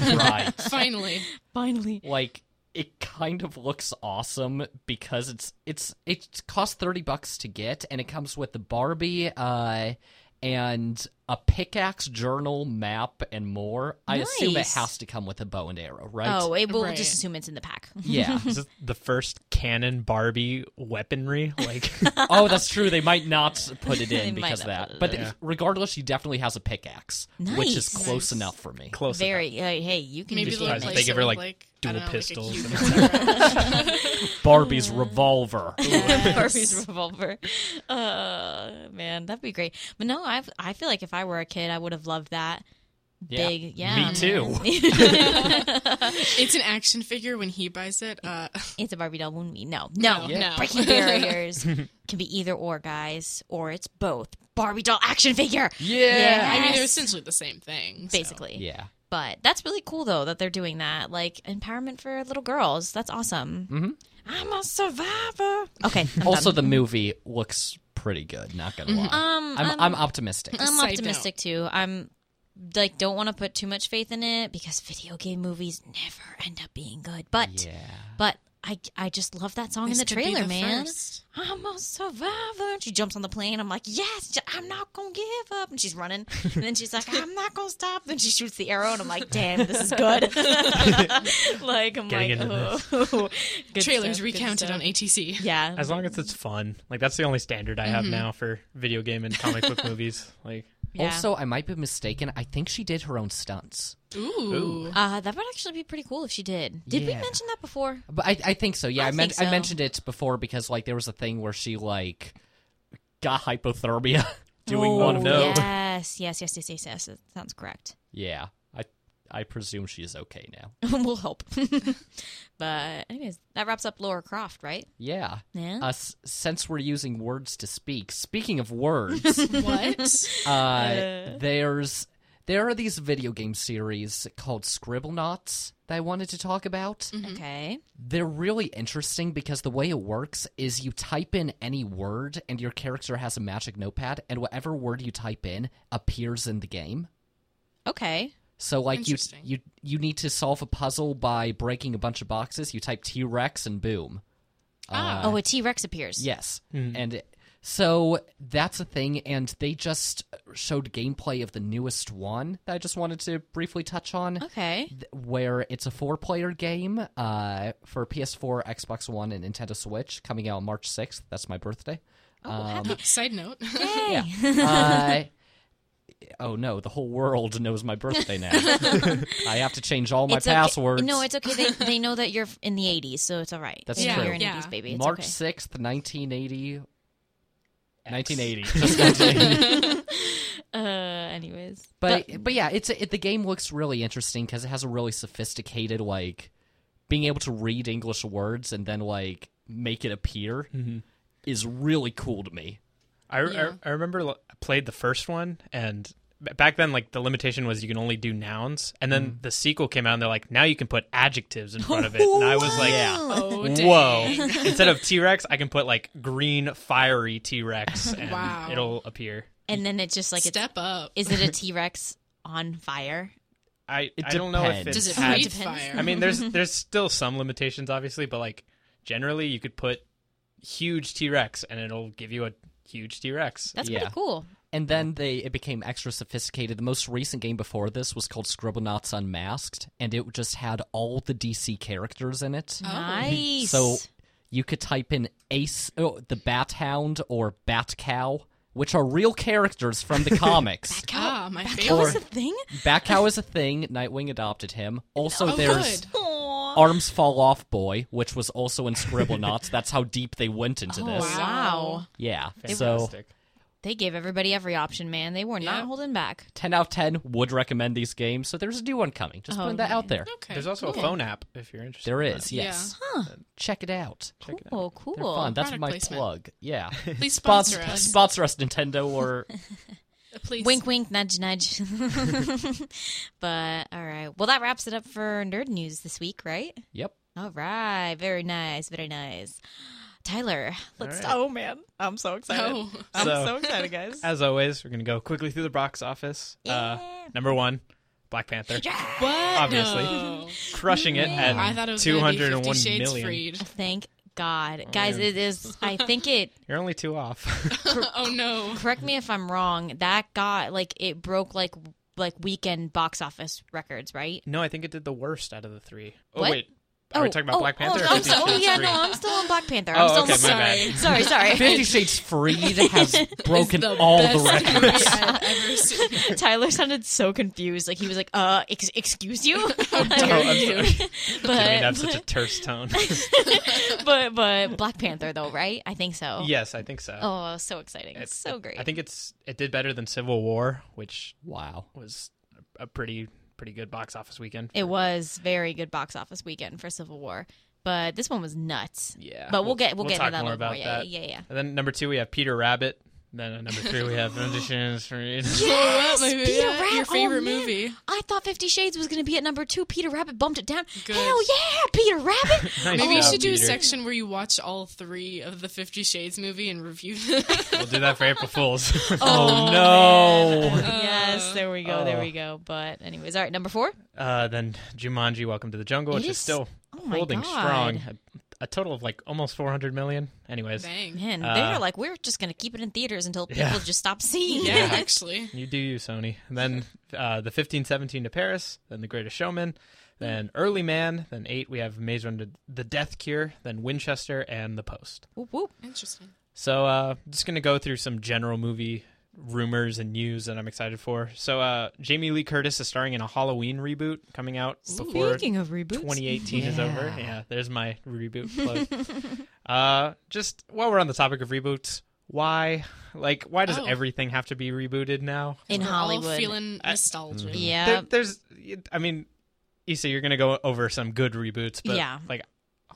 right.
Finally.
Finally,
like it kind of looks awesome because it's it's it costs 30 bucks to get and it comes with the Barbie uh and a pickaxe journal map and more. I assume it
Nice.
has to come with a bow and arrow, right?
oh, it, we'll
Right.
just assume it's in the pack.
yeah.
Is this the first canon Barbie weaponry? Like,
oh, that's true. They might not put it
They
in
might
because of
not
that.
put it
But
in.
it- regardless, she definitely has a pickaxe, which is
Nice.
close
Nice.
enough for me.
close
Very. Hey, hey, you can
Maybe
do
they'll
surprised
that.
they
replace
give
it with,
her, like,
like
dual
I don't know,
pistols
Like a
and
cube
enough. Barbie's revolver.
Barbie's revolver. Uh, man, that'd be great. But no, I I feel like if I were a kid, I would have loved that.
Yeah.
Big, yeah.
Me too.
it's an action figure when he buys it. Uh,
It's a Barbie doll when we no, no,
No, Yeah. no.
breaking barriers can be either or, guys, or it's both. Barbie doll action figure,
yeah.
I mean,
Yes.
they're essentially the same thing. so.
basically.
Yeah.
But that's really cool though that they're doing that, like empowerment for little girls. That's awesome. Mm-hmm. I'm a survivor. Okay. I'm
Also,
done.
the movie looks pretty good. Not gonna lie.
Um, uh,
I'm,
I'm-
I'm, optimistic.
I'm
Psyched
optimistic too. I'm like don't want to put too much faith in it because video game movies never end up being good. But
yeah.
but I I just love that song
This
in the
could be
trailer,
the
man.
first.
I'm a survivor. She jumps on the plane. I'm like, yes, j- I'm not gonna give up. And she's running. And then she's like, I'm not gonna stop. Then she shoots the arrow, and I'm like, damn, this is good. like I'm
Getting
like,
into this.
oh, Good stuff,
Trailers
good
recounted
stuff.
on ATC.
Yeah,
As long as it's fun. Like, that's the only standard I have
Mm-hmm.
now for video game and comic book movies. Like,
yeah.
Also, I might be mistaken. I think she did her own stunts,
Ooh.
uh, that would actually be pretty cool if she did. Did we
Yeah.
mention that before?
but I, I think so. Yeah,
I
I, men-
think so.
I mentioned it before because like there was a thing where she like got hypothermia doing
Oh,
one of
no.
them.
Yes, yes, yes, yes, yes, yes. That sounds correct.
Yeah. I I presume she is okay now.
we'll hope. but anyways, that wraps up Laura Croft, right?
Yeah.
Yeah.
Uh, s- since we're using words to speak, speaking of words,
What?
uh, there's there are these video game series called Scribblenauts that I wanted to talk about.
okay.
They're really interesting because the way it works is you type in any word and your character has a magic notepad and whatever word you type in appears in the game.
Okay.
So like you
Interesting.
you you need to solve a puzzle by breaking a bunch of boxes. You type T-Rex and boom.
Uh, Um,
Ah.
oh, a T Rex appears.
Yes. And it, so that's a thing and they just showed gameplay of the newest one that I just wanted to briefly touch on
Okay.
th- where it's a four player game uh, for PS4, Xbox One, and Nintendo Switch coming out on March 6th. That's my birthday. Um,
Side note.
Yay.
uh, oh no, the whole world knows my birthday now. I have to change all my
It's okay-
passwords.
No, it's okay. They, they know that you're f- in the 80s, so it's all right.
That's
They know
true.
You're an
Yeah.
80s baby. It's
March
okay.
6th, 1980. 1980.
Uh, anyways.
but, but yeah, it's it, the game looks really interesting because it has a really sophisticated like being able to read English words and then like make it appear is really cool to me.
I,
Yeah.
I, I remember l- I played the first one, and b- back then, like the limitation was you can only do nouns, and then
Mm.
the sequel came out, and they're like, now you can put adjectives in front of it, and I was like,
oh, dang.
whoa! Instead of T Rex, I can put like green fiery T Rex, and
Wow.
it'll appear.
And then it's just like, it's,
Step up.
is it a T Rex on fire?
I
It
I don't know if it
depends.
Does it
had-
breathe
depends.
fire?
I mean, there's there's still some limitations, obviously, but like generally, you could put huge T Rex, and it'll give you a huge T Rex.
That's
Yeah.
pretty cool.
And then they it became extra sophisticated. The most recent game before this was called Scribblenauts Unmasked, and it just had all the DC characters in it.
Oh. Nice.
So you could type in Ace, oh, the Bat Hound, or Bat Cow, which are real characters from the comics.
Ah, my
that was
favorite.
the thing?
Bat Cow is a thing. Nightwing adopted him. Also,
Oh,
there's
good.
Aw.
Arms Fall Off Boy, which was also in Scribblenauts. That's how deep they went into
Oh,
this.
wow.
Yeah. So
Fantastic.
They gave everybody every option, man. They were not
Yeah.
holding back.
10 out of 10 would recommend these games. So there's a new one coming. Just
Oh,
putting that out there.
Okay.
There's also a phone app if you're interested.
There
in
is,
Yeah.
yes. Check it out.
cool,
They're
cool.
fun. That's
Product
my
placement.
plug. Yeah.
Please
sponsor
sponsor us.
Sponsor us, Nintendo, or
Please.
Wink, wink, nudge, nudge. but all right. Well, that wraps it up for nerd news this week, right?
yep.
All right. Very nice. Very nice. Tyler, let's.
right.
Oh man, I'm so excited!
Oh.
I'm
So-
so, excited, guys.
As uh, always, we're gonna go quickly through the box office.
Yeah.
number one, Black Panther,
What?
Obviously.
No.
crushing it at
I thought it was
two hundred and
gonna be
one
Fifty Shades
million.
Freed.
Thank God, guys. It is. I think it.
You're only two off.
oh no.
Correct me if I'm wrong. That got like it broke like like weekend box office records, right?
no, I think it did the worst out of the three. Oh
What?
wait, are we talking about Black Panther?
Oh,
or
I'm
Fifty
so- oh,
Shades
yeah,
Free?
no, I'm still on Black Panther.
Oh,
I'm still
okay,
on
my
sorry.
bad.
Sorry, sorry.
Fifty Shades Freed has broken
It's
all the
best movie
records.
I've ever seen.
Tyler sounded so confused. Like he was like, "Uh, ex- excuse you."
Oh, I'm sorry. I mean, I have
but,
such a terse tone.
but but Black Panther though, right? I think so.
yes, I think so.
Oh, so exciting! It's so great.
I think it's it did better than Civil War, which
Wow.
was a a pretty pretty good box office weekend.
it was very good box office weekend for Civil War, but this one was nuts.
yeah,
But we'll get we'll, get
talk
into that
more
a little
about
more. Yeah,
that.
yeah, yeah, yeah.
And then number two, we have Peter Rabbit. Then at number three, we have Conditions for
Yes, movie?
Peter
Yeah,
Rabbit.
your favorite
Oh, man.
movie.
I thought Fifty Shades was going to be at number two. Peter Rabbit bumped it down.
Good.
Hell yeah, Peter Rabbit!
Nice
Maybe you
job,
should do a
Peter.
section where you watch all three of the Fifty Shades movie and review them.
We'll do that for April Fools.
Oh,
no.
man.
Uh,
yes, there we go, there
Oh.
we go. But anyways, all right, number four.
Uh, then Jumanji: Welcome to the Jungle,
It
which is,
is-
still
Oh my
holding
God.
strong. A, a total of like almost 400 million. Anyways,
Dang.
Man,
Uh,
they're like, we're just going to keep it in theaters until people
Yeah.
just stop seeing
Yeah,
it.
actually.
you do you, Sony. And then uh, the 1517 to Paris, then The Greatest Showman, then Early Man, then eight we have Maze Runner, The Death Cure, then Winchester, and The Post.
Whoop, whoop.
Interesting.
So uh, just gonna go through some general movie rumors and news that I'm excited for. So uh, Jamie Lee Curtis is starring in a Halloween reboot coming out before
Speaking of reboots,
2018 is over.
Yeah.
Yeah, there's my reboot plug. uh, just while we're on the topic of reboots, why, like, why does
Oh.
everything have to be rebooted now?
in
We're
Hollywood.
all feeling nostalgic.
yeah,
There, there's, I mean, Issa, you're gonna go over some good reboots, but
Yeah.
like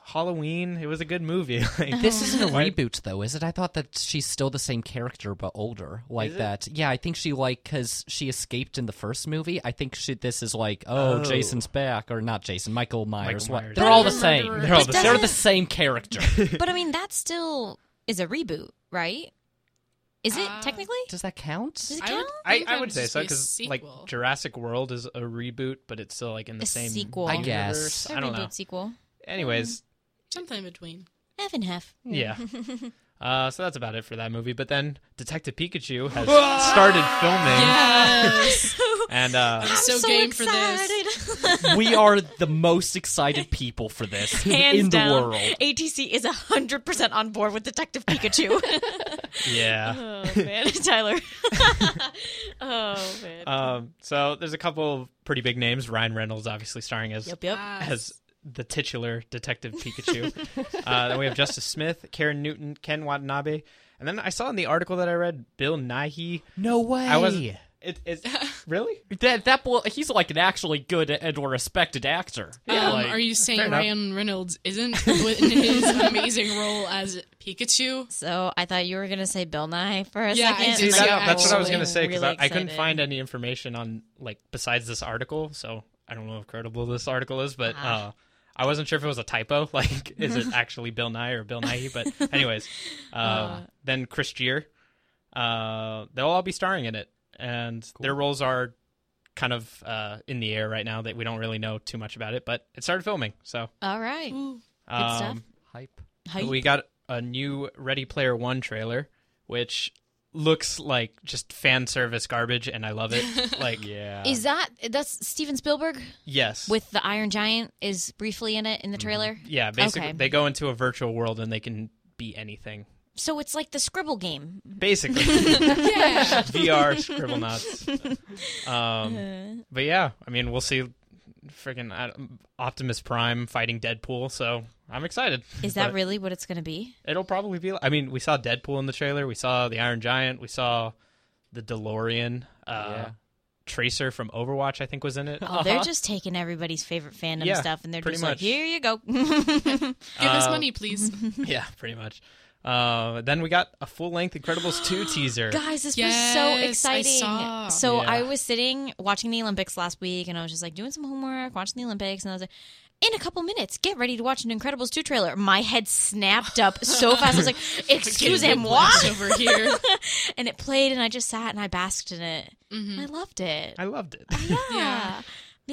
Halloween, it was a good movie. like,
This isn't a
Why-
reboot, though, is it? I thought that she's still the same character but older, like
Is it?
that. Yeah, I think she like because she escaped in the first movie. I think she this is like, oh,
Oh.
Jason's back, or not Jason, Michael Myers. what-
Myers.
They're all the
Better
same.
remember.
They're all
They're,
the
the same character.
but I mean, that still is a reboot, right? Is it
Uh,
technically?
Does that count?
Does it
I would-
count?
I,
think that
I would say
just
so
be a
because like
sequel.
Jurassic World is a reboot, but it's still like in the
A
same
sequel. I
Universe.
guess.
A
I don't
reboot
know.
sequel.
Anyways,
Sometime between.
Half and half.
Hmm.
yeah. Uh, so that's about it for that movie. But then Detective Pikachu has started filming,
Yes.
and uh,
I'm so, game for this.
excited.
we are the most excited people for this
Hands
in the
down,
world.
ATC is hundred percent on board with Detective Pikachu.
yeah.
Uh-huh.
oh man, Tyler. oh man.
Um, so there's a couple of pretty big names. Ryan Reynolds, obviously starring as
yep, yep.
as the titular Detective Pikachu. uh, then we have Justice Smith, Karen Newton, Ken Watanabe, and then I saw in the article that I read, Bill Nighy.
No way.
I was it, it
Oh
really
that that boy, he's like an actually good and respected actor.
um,
like,
are you
fair
saying
enough.
Ryan Reynolds isn't in his amazing role as Pikachu?
so I thought you were gonna say Bill Nye for a
Yeah, I
second.
did
and
see
I'm
that.
that's what I was
actually
gonna say because
really
I, I couldn't
excited.
find any information on like besides this article, so I don't know how credible this article is, but
Ah.
uh, I wasn't sure if it was a typo. Like, is it actually Bill Nye or Bill Nye? But anyways, uh,
Ah.
then Chris Gier, uh, they'll all be starring in it, and their roles are kind of uh, in the air right now that we don't really know too much about it. But it started filming, so
All right.
Ooh.
Good stuff.
um,
Hype.
Hype.
we got a new Ready Player One trailer, which looks like just fan service garbage, and I love it. like,
Yeah.
Is that that's Steven Spielberg
yes,
with the Iron Giant is briefly in it in the trailer?
yeah, basically
Okay.
they go into a virtual world and they can be anything.
So it's like the Scribble game.
Basically,
Yeah.
VR scribble knots.
Uh,
Um, but yeah, I mean, we'll see. Freaking Ad- Optimus Prime fighting Deadpool, so I'm excited.
Is that
But
really what it's going to be?
It'll probably be. I mean, we saw Deadpool in the trailer. We saw the Iron Giant. We saw the DeLorean. Uh,
Yeah.
Tracer from Overwatch, I think, was in it.
Oh, they're just taking everybody's favorite fandom
Uh-huh. Yeah,
stuff, and they're
pretty
just like,
much.
"Here you go."
Give us
Uh,
money, please.
yeah, pretty much. Uh, then we got a full length Incredibles 2 teaser.
Guys, this was
Yes,
so
I
exciting.
saw.
So
Yeah.
I was sitting watching the Olympics last week, and I was just like doing some homework, watching the Olympics, and I was like, in a couple minutes, get ready to watch an Incredibles 2 trailer. My head snapped up so fast. I was like, excuse him,
Whiplash
what?
over here.
And it played, and I just sat and I basked in it.
Mhm.
I loved it.
I loved it.
yeah.
Yeah.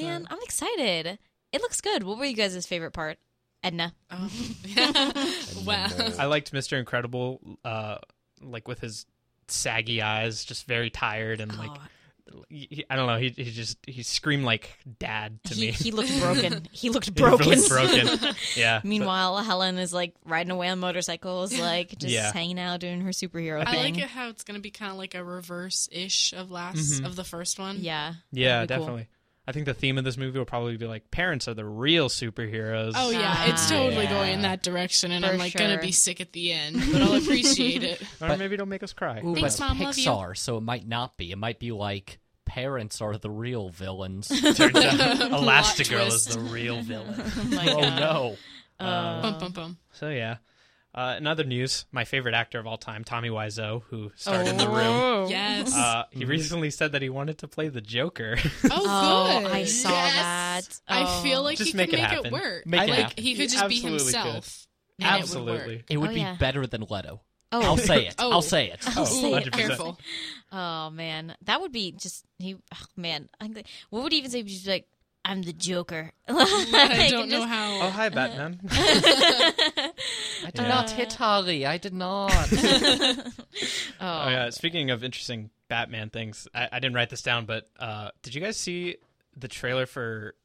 Man, I'm excited. It looks good. What were you guys' favorite part? Edna.
Um, yeah. wow.
I liked Mr. Incredible, uh, like with his saggy eyes, just very tired and like
Aw.
he- I don't know. He, he just he screamed like dad to
he,
me.
he looked broken. He looked
He really
broken.
broken. Yeah.
Meanwhile, Helen is like riding away on motorcycles, like just
Yeah.
hanging out doing her superhero
I
thing.
like it how it's going to be kind of like a reverse ish of last
Mhm.
of the first one.
Yeah.
But- yeah,
That'd be cool.
definitely. I think the theme of this movie will probably be like parents are the real superheroes.
Oh yeah, it's
Ah.
totally going in
Yeah.
that direction, and
For
I'm like gonna
sure.
be sick at the end, but I'll appreciate it.
Or
But-
maybe it'll make us cry.
Ooh,
Thanks,
but
Mom, love you.
Pixar, so it might not be. It might be like parents are the real villains.
Turns out
Plot
Elastigirl is
twist.
the real villain.
Oh my
oh
God.
no.
Uh,
bum bum bum.
So yeah. Uh, in other news, my favorite actor of all time, Tommy Wiseau, who starred in The
Oh.
Room,
Yes.
uh, he recently said that he wanted to play the Joker.
oh,
Oh,
good.
I saw
Yes.
that.
I feel
Oh.
like
Just
he
make
could
it
make it
happen.
work.
Make it
like
happen.
he could
He
just be
absolutely could.
himself. and it would work.
Absolutely.
It would
Oh,
be
yeah.
better than Leto.
Oh,
I'll say it.
Oh.
I'll say it.
I'll say it.
100%.
Careful.
Oh man, that would be just he. Oh, man, I think- what would he even say? He'd just be like, "I'm the Joker."
I don't know
Oh
how.
hi, Batman.
how.
I did
Yeah.
not hit Holly. I did not.
oh,
Oh yeah. Speaking of interesting Batman things, I, I didn't write this down, but uh, did you guys see the trailer for?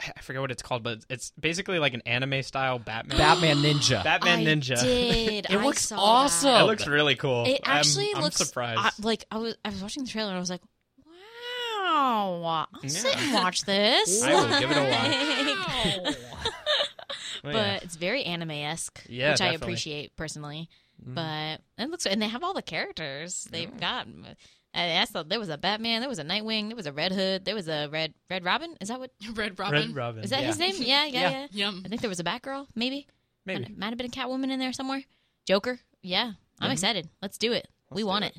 I I forget what it's called, but it's basically like an anime style Batman.
Batman Ninja.
Batman
I
Ninja.
Did.
It
I
looks
saw
awesome.
that.
It looks really cool.
It
I'm-
actually
I'm,
looks
surprised.
I- like I was. I was watching the trailer and I was like, "Wow, I'll sit
Yeah.
and watch this."
I will give it a
Like,
Wow.
Oh,
But
yeah.
it's very anime esque,
Yeah,
which I
definitely. Mm-hmm.
appreciate personally.
Mm.
But it looks and they have all the characters they've got. I asked, there was a Batman, there was a Nightwing, there was a Red Hood, there was a Red Red Robin. Is that what?
Red Robin.
Oh. Red Robin.
Is that
Yeah.
his name? Yeah, yeah,
Yeah.
yeah.
Yum.
I think there was a Batgirl, maybe.
Maybe.
Um, Might, might have been a Catwoman in there somewhere. Joker. Yeah, I'm
Mhm.
excited. Let's do it. we
do
want it.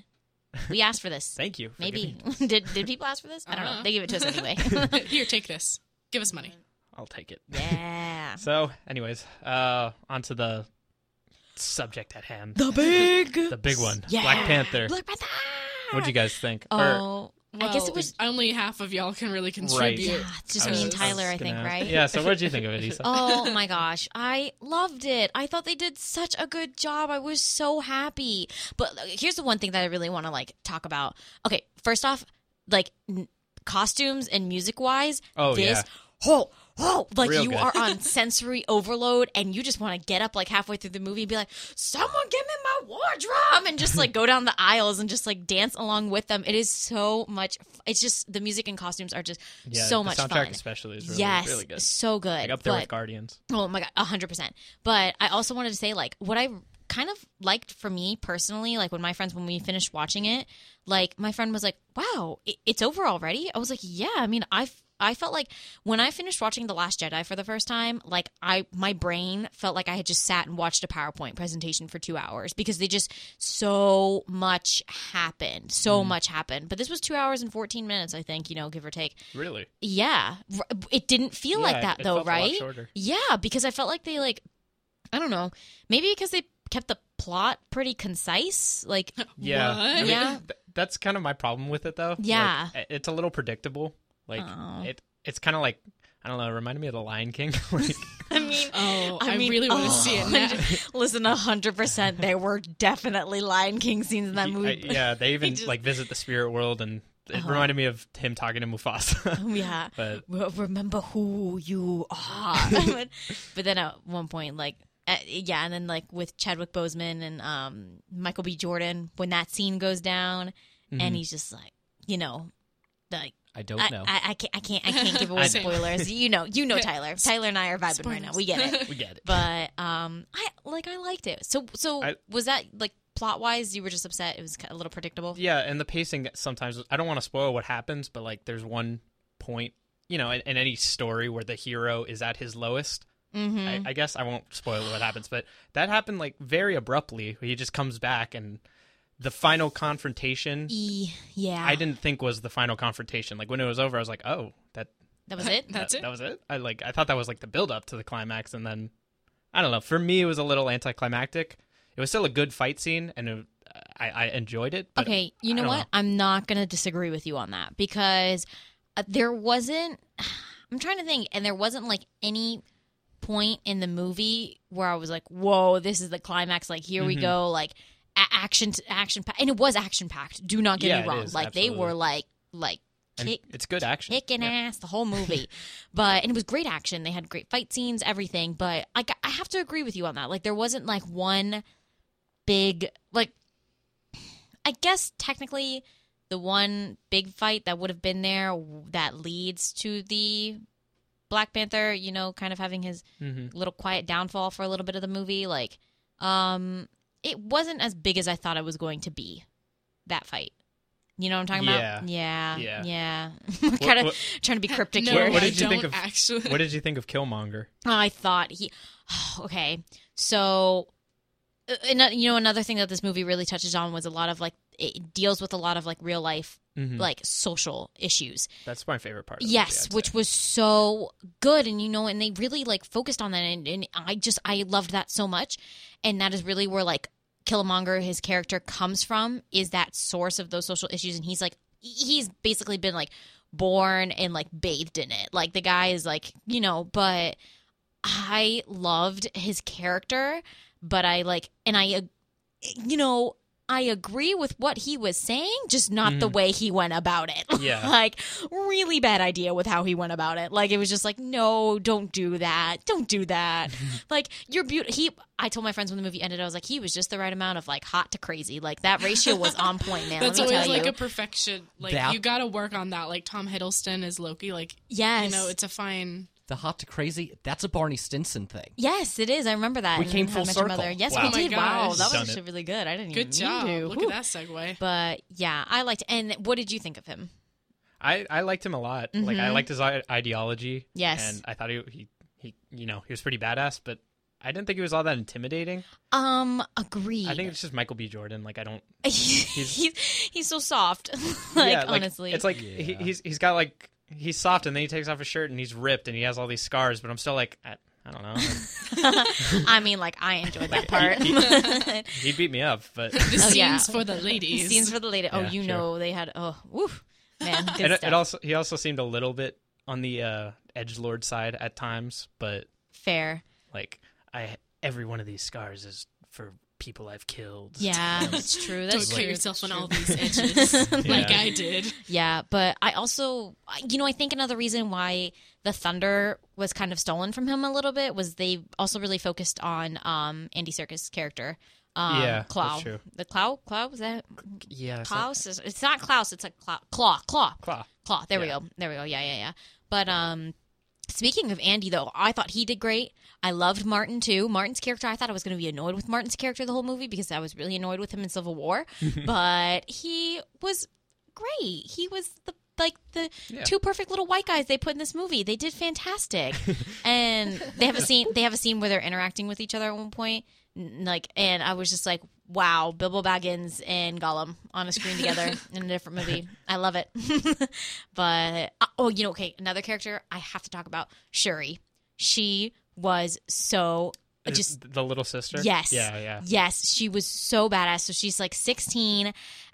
We asked for this.
Thank you. for
Maybe
giving-
did did people ask for this? I don't know.
Uh-huh.
They give it to us anyway.
Here, take this. Give us money.
I'll take it.
yeah.
So, anyways, uh, onto the subject at hand.
The big
The big one.
Yeah.
Black Panther.
Black Panther.
What'd you guys think? Or-
Oh, I guess
Well,
it was.
only half of y'all can really
Yeah,
contribute.
it's just me
I was-
and
I was
Tyler, I,
gonna
think,
ask-
right?
Yeah. So, what'd you think of it, Isa?
Oh my gosh, I loved it. I thought they did such a good job. I was so happy. But uh, here's the one thing that I really want to like talk about. Okay, first off, like n- costumes and music wise,
Oh,
this
yeah.
oh oh like
Real
you
good.
are on sensory overload and you just want to get up like halfway through the movie and be like, "Someone give me my wardrobe." And just like go down the aisles and just like dance along with them. It is so much f- it's just the music and costumes are just
Yeah,
so
the
much
soundtrack
fun.
especially is really,
yes,
really good.
so good.
Like up there
but,
with Guardians.
Oh my god, a hundred percent. But I also wanted to say, like, what I kind of liked for me personally, like when my friends when we finished watching it, like my friend was like, "Wow, it, it's over already." I was like, "Yeah." I mean, I f- I felt like when I finished watching The Last Jedi for the first time, like I my brain felt like I had just sat and watched a PowerPoint presentation for two hours because they just so much happened, so
Mm.
much happened. But this was two hours and fourteen minutes, I think, you know, give or take.
Really?
Yeah, R- it didn't feel
Yeah,
like
it-
that
it
though,
felt a lot
right?
shorter.
Yeah, because I felt like they like I don't know, maybe because they kept the plot pretty concise. Like
Yeah.
What?
I mean,
Yeah.
th- that's kind of my problem with it, though. Like,
Yeah.
i- it's a little predictable. Like,
Oh.
it, it's kind of like, I don't know, it reminded me of The Lion King. like,
I mean,
Oh, I,
I mean,
really want to
oh.
see it now.
listen, hundred percent, there were definitely Lion King scenes in that
he-
movie.
I- yeah, they even,
just-
like, visit the spirit world, and it
Uh-huh.
reminded me of him talking to Mufasa.
Oh, yeah.
but
Re- remember who you are. but, but then at one point, like, uh, yeah, and then like with Chadwick Boseman and um, Michael B. Jordan, when that scene goes down,
Mm-hmm.
and he's just like, you know, like
I don't
I,
know.
I, I can't, I can't, I can't give away
Oh, I-
spoilers. you know, you know,
Yeah.
Tyler. Tyler and I are vibing right now. We get it.
we get it.
But um, I like, I liked it. So, so
I-
was that like plot wise? You were just upset. It was a little predictable.
Yeah, and the pacing sometimes I don't want to spoil what happens, but like there's one point, you know, in, in any story where the hero is at his lowest.
Mm-hmm.
I, I guess I won't spoil what happens, but that happened like very abruptly. He just comes back, and the final confrontation
e, yeah.
I didn't think was the final confrontation. Like when it was over, I was like, oh, that
That was it.
That's
that,
it.
That was it. I like. I thought that was like the build up to the climax, and then I don't know. For me, it was a little anticlimactic. It was still a good fight scene, and it, I, I enjoyed it. But
okay, you know
don't
what?
know.
I'm not going to disagree with you on that because uh, there wasn't. I'm trying to think, and there wasn't like any point in the movie where I was like, "Whoa, this is the climax!" Like, here we
Mhm.
go! Like, a- action, action, pa- and it was action packed. Do not get
Yeah,
me
it
wrong.
is,
like, they were
absolutely.
like, like
and
kick,
it's good action.
kicking
Yeah.
ass the whole movie. but and it was great action. They had great fight scenes, everything. But I I have to agree with you on that. Like there wasn't like one big like I guess technically the one big fight that would have been there that leads to the Black Panther, you know, kind of having his
Mhm.
little quiet downfall for a little bit of the movie like um it wasn't as big as i thought it was going to be that fight you know what i'm talking about yeah
Yeah.
yeah i'm kind of
what-
trying to be cryptic
No,
here Oh,
What- what
I
did you
don't
think of-
actually.
What did you think of Killmonger?
i thought he okay so uh, and, uh, you know another thing that this movie really touches on was a lot of like it deals with a lot of like real life
Mhm.
like social issues
That's my favorite part. Of the
Yes,
movie, I'd
which
say.
was so good, and you know, and they really like focused on that, and, and I just I loved that so much, and that is really where like Killmonger, his character comes from, is that source of those social issues, and he's like he's basically been like born and like bathed in it, like the guy is like you know, but I loved his character, but I like and I uh, you know. I agree with what he was saying, just not the
Mhm.
way he went about it.
Yeah.
like really bad idea with how he went about it. Like it was just like, no, don't do that, don't do that. like you're beautiful. He, I told my friends when the movie ended, I was like, he was just the right amount of like hot to crazy. Like that ratio was on point, man.
That's
Let me
always
tell
like
you.
a perfection. Like
That-
you got to work on that. Like Tom Hiddleston is Loki. Like
yes,
you know, it's a fine.
The hot to crazy, that's a Barney Stinson thing.
yes, it is. I remember that.
We
in
came
How
full
I Met Your
circle.
Mother. Yes,
Wow.
we
Oh my
did. Wow,
gosh.
that was
Done
actually
it.
really good. I didn't even
Good job.
mean to.
Look
Whew.
at that segue.
But yeah, I liked. And what did you think of him?
I, I liked him a lot. Like I
Mhm.
liked his i- ideology.
Yes.
and I thought he, he he you know he was pretty badass, but I didn't think he was all that intimidating.
Um, agreed.
I think it's just Michael B. Jordan. Like I don't.
he's he's, so soft. like
yeah, like,
honestly,
it's like he,
Yeah.
he's he's got like he's soft, and then he takes off his shirt, and he's ripped, and he has all these scars. But I'm still like I, I don't know.
I mean, like I enjoyed that part.
he beat me up, but
The
Oh,
scenes
yeah.
for the ladies.
Scenes for the lady. Oh,
Yeah,
you
sure.
know they had. Oh, woo, man. Good
and it,
stuff.
it also he also seemed a little bit on the uh, edge lord side at times, but
Fair.
like I every one of these scars is for people I've killed.
Yeah, that's true.
Don't
That's
kill
true.
yourself on
That's
all
true.
these edges, like
Yeah.
I did.
Yeah, but I also, I- you know, I think another reason why the thunder was kind of stolen from him a little bit was they also really focused on um Andy Circus character. Um,
Yeah, that's
Clow.
true.
The Clow, Clow was that
yeah, it's like-
Klaus? Is- It's not Klaus. It's like Clow, Claw, Claw,
Claw.
Claw. There
Yeah.
we go. There we go. Yeah, yeah, yeah. But um speaking of Andy though, I thought he did great. I loved Martin too. Martin's character, I thought I was going to be annoyed with Martin's character the whole movie because I was really annoyed with him in Civil War, but he was great. He was the like the
Yeah.
two perfect little white guys they put in this movie. They did fantastic. and they have a scene they have a scene where they're interacting with each other at one point. N- Like and I was just like, wow, Bilbo Baggins and Gollum on a screen together in a different movie. I love it. but uh, oh, you know, okay, another character I have to talk about Shuri. She was so
Is
just
the little sister.
Yes.
Yeah, yeah.
Yes, she was so badass. So she's like 16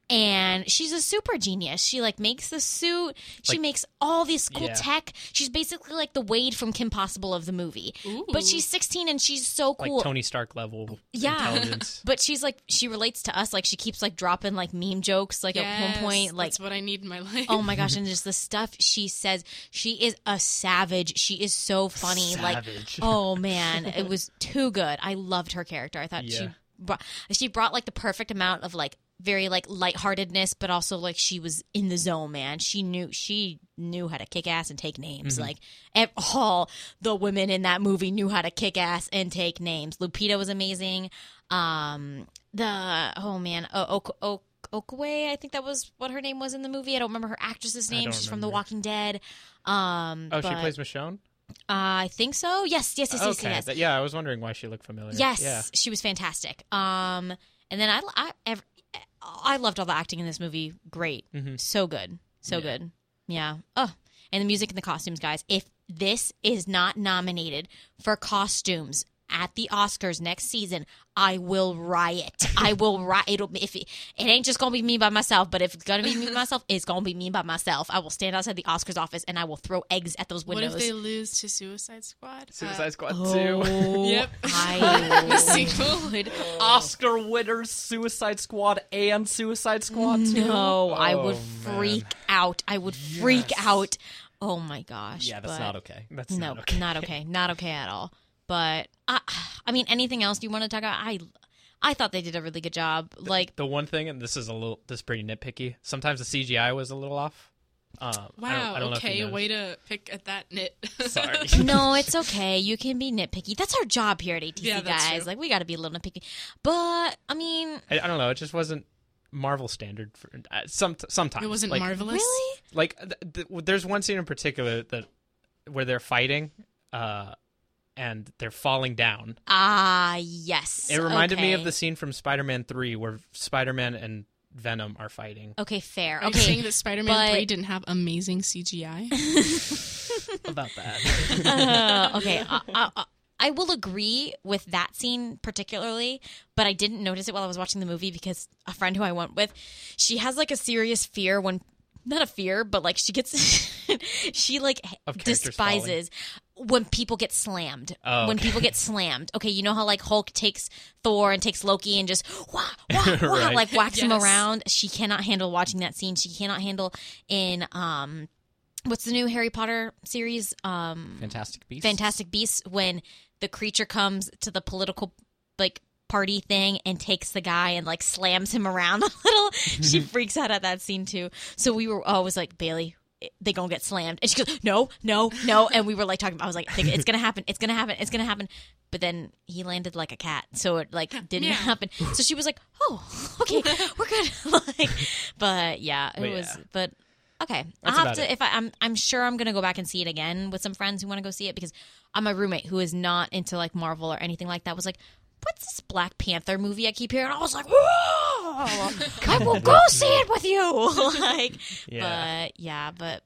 and she's a super genius. She like makes the suit. She
Like-
makes all this cool
Yeah.
tech. She's basically like the Wade from Kim Possible of the movie. But
Ooh.
she's 16 and she's so
Like
cool.
Tony Stark level
Yeah.
intelligence.
but she's like she relates to us like she keeps like dropping like meme jokes like at one
Yes,
point like
that's what I need in my life.
oh my gosh and just the stuff she says she is a savage she is so funny like
Savage.
oh man it was too good i loved her character i thought she
Yeah.
brought she brought like the perfect amount of like very like lightheartedness but also like she was in the zone man she knew she knew how to kick ass and take
Mm-hmm.
names like ev- all the women in that movie knew how to kick ass and take names lupita was amazing um the oh man o- ok ok Okaway, I think that was what her name was in the movie. I don't remember her actress's
I
name.
don't
She's from The
remember.
Walking Dead. Um,
Oh, she
but-
plays Michonne.
uh, I think so. Yes, yes, yes, yes,
okay.
yes.
That- yeah, I was wondering why she looked familiar.
yes,
Yeah.
she was fantastic. Um, and then I, I, ev- I loved all the acting in this movie. Great,
Mhm.
so good, so
Yeah.
good. Yeah. Oh, and the music and the costumes, guys. If this is not nominated for costumes at the Oscars next season, I will riot. I will riot. It'll be- if it, it ain't just gonna be me by myself, but if it's gonna be me by myself, it's gonna be me by myself. I will stand outside the Oscars office and I will throw eggs at those
What
windows.
if they lose to Suicide Squad? Uh,
Suicide Squad Two.
Oh,
Yep.
I
the sequel.
Oscar winners, Suicide Squad, and Suicide Squad 2.
No, I would
Oh, man.
freak out. I would freak
Yes.
out. Oh my gosh.
Yeah, that's
but-
not okay.
That's
No,
not okay.
not okay. Not okay at all. But I, I mean, anything else you want to talk about? I, I thought they did a really good job. Like,
the one thing, and this is a little, this is pretty nitpicky. Sometimes the CGI was a little off. Um, I
Wow.
don't, I don't know if
okay.
you
Way to pick at that nit.
Sorry.
no, it's okay. You can be nitpicky. That's our job here at ATC,
Yeah, that's
guys.
true.
Like, we got to be a little nitpicky. But I mean,
I, I don't know. It just wasn't Marvel standard. For, uh, some sometimes
it wasn't
like,
marvelous.
really,
Like th- th- there's one scene in particular that where they're fighting, uh, and they're falling down.
ah, yes.
It reminded me of
okay.
the scene from Spider-Man Three where Spider-Man and Venom are fighting.
Okay, fair.
Are you
Okay,
saying that Spider-Man
but-
Three didn't have amazing CGI?
About that,
Uh, okay. I, I, I- I will agree with that scene particularly, but I didn't notice it while I was watching the movie because a friend who I went with, she has like a serious fear when not a fear, but like she gets she like
Of characters falling.
despises when people get slammed.
Oh,
When
okay.
people get slammed. Okay, you know how like Hulk takes Thor and takes Loki and just wah, wah, wah,
Right.
like whacks him
Yes.
around. She cannot handle watching that scene. She cannot handle in um what's the new Harry Potter series? Um
Fantastic Beasts.
Fantastic Beasts when the creature comes to the political like party thing and takes the guy and like slams him around a little. she freaks out at that scene too. So we were always like Bailey eh, they gonna get slammed and she goes no no no and we were like talking i was like I think it's gonna happen it's gonna happen it's gonna happen but then he landed like a cat so it like didn't
Yeah.
happen so she was like oh okay we're good like but yeah it
But
was
yeah.
but okay
That's
I'll have
about
to
it.
if I, I'm I'm sure I'm gonna go back and see it again with some friends who want to go see it because uh, my roommate who is not into like Marvel or anything like that was like, "What's this Black Panther movie I keep hearing?" I was like, "Whoa, I will go see it with you!" like,
Yeah.
but yeah, but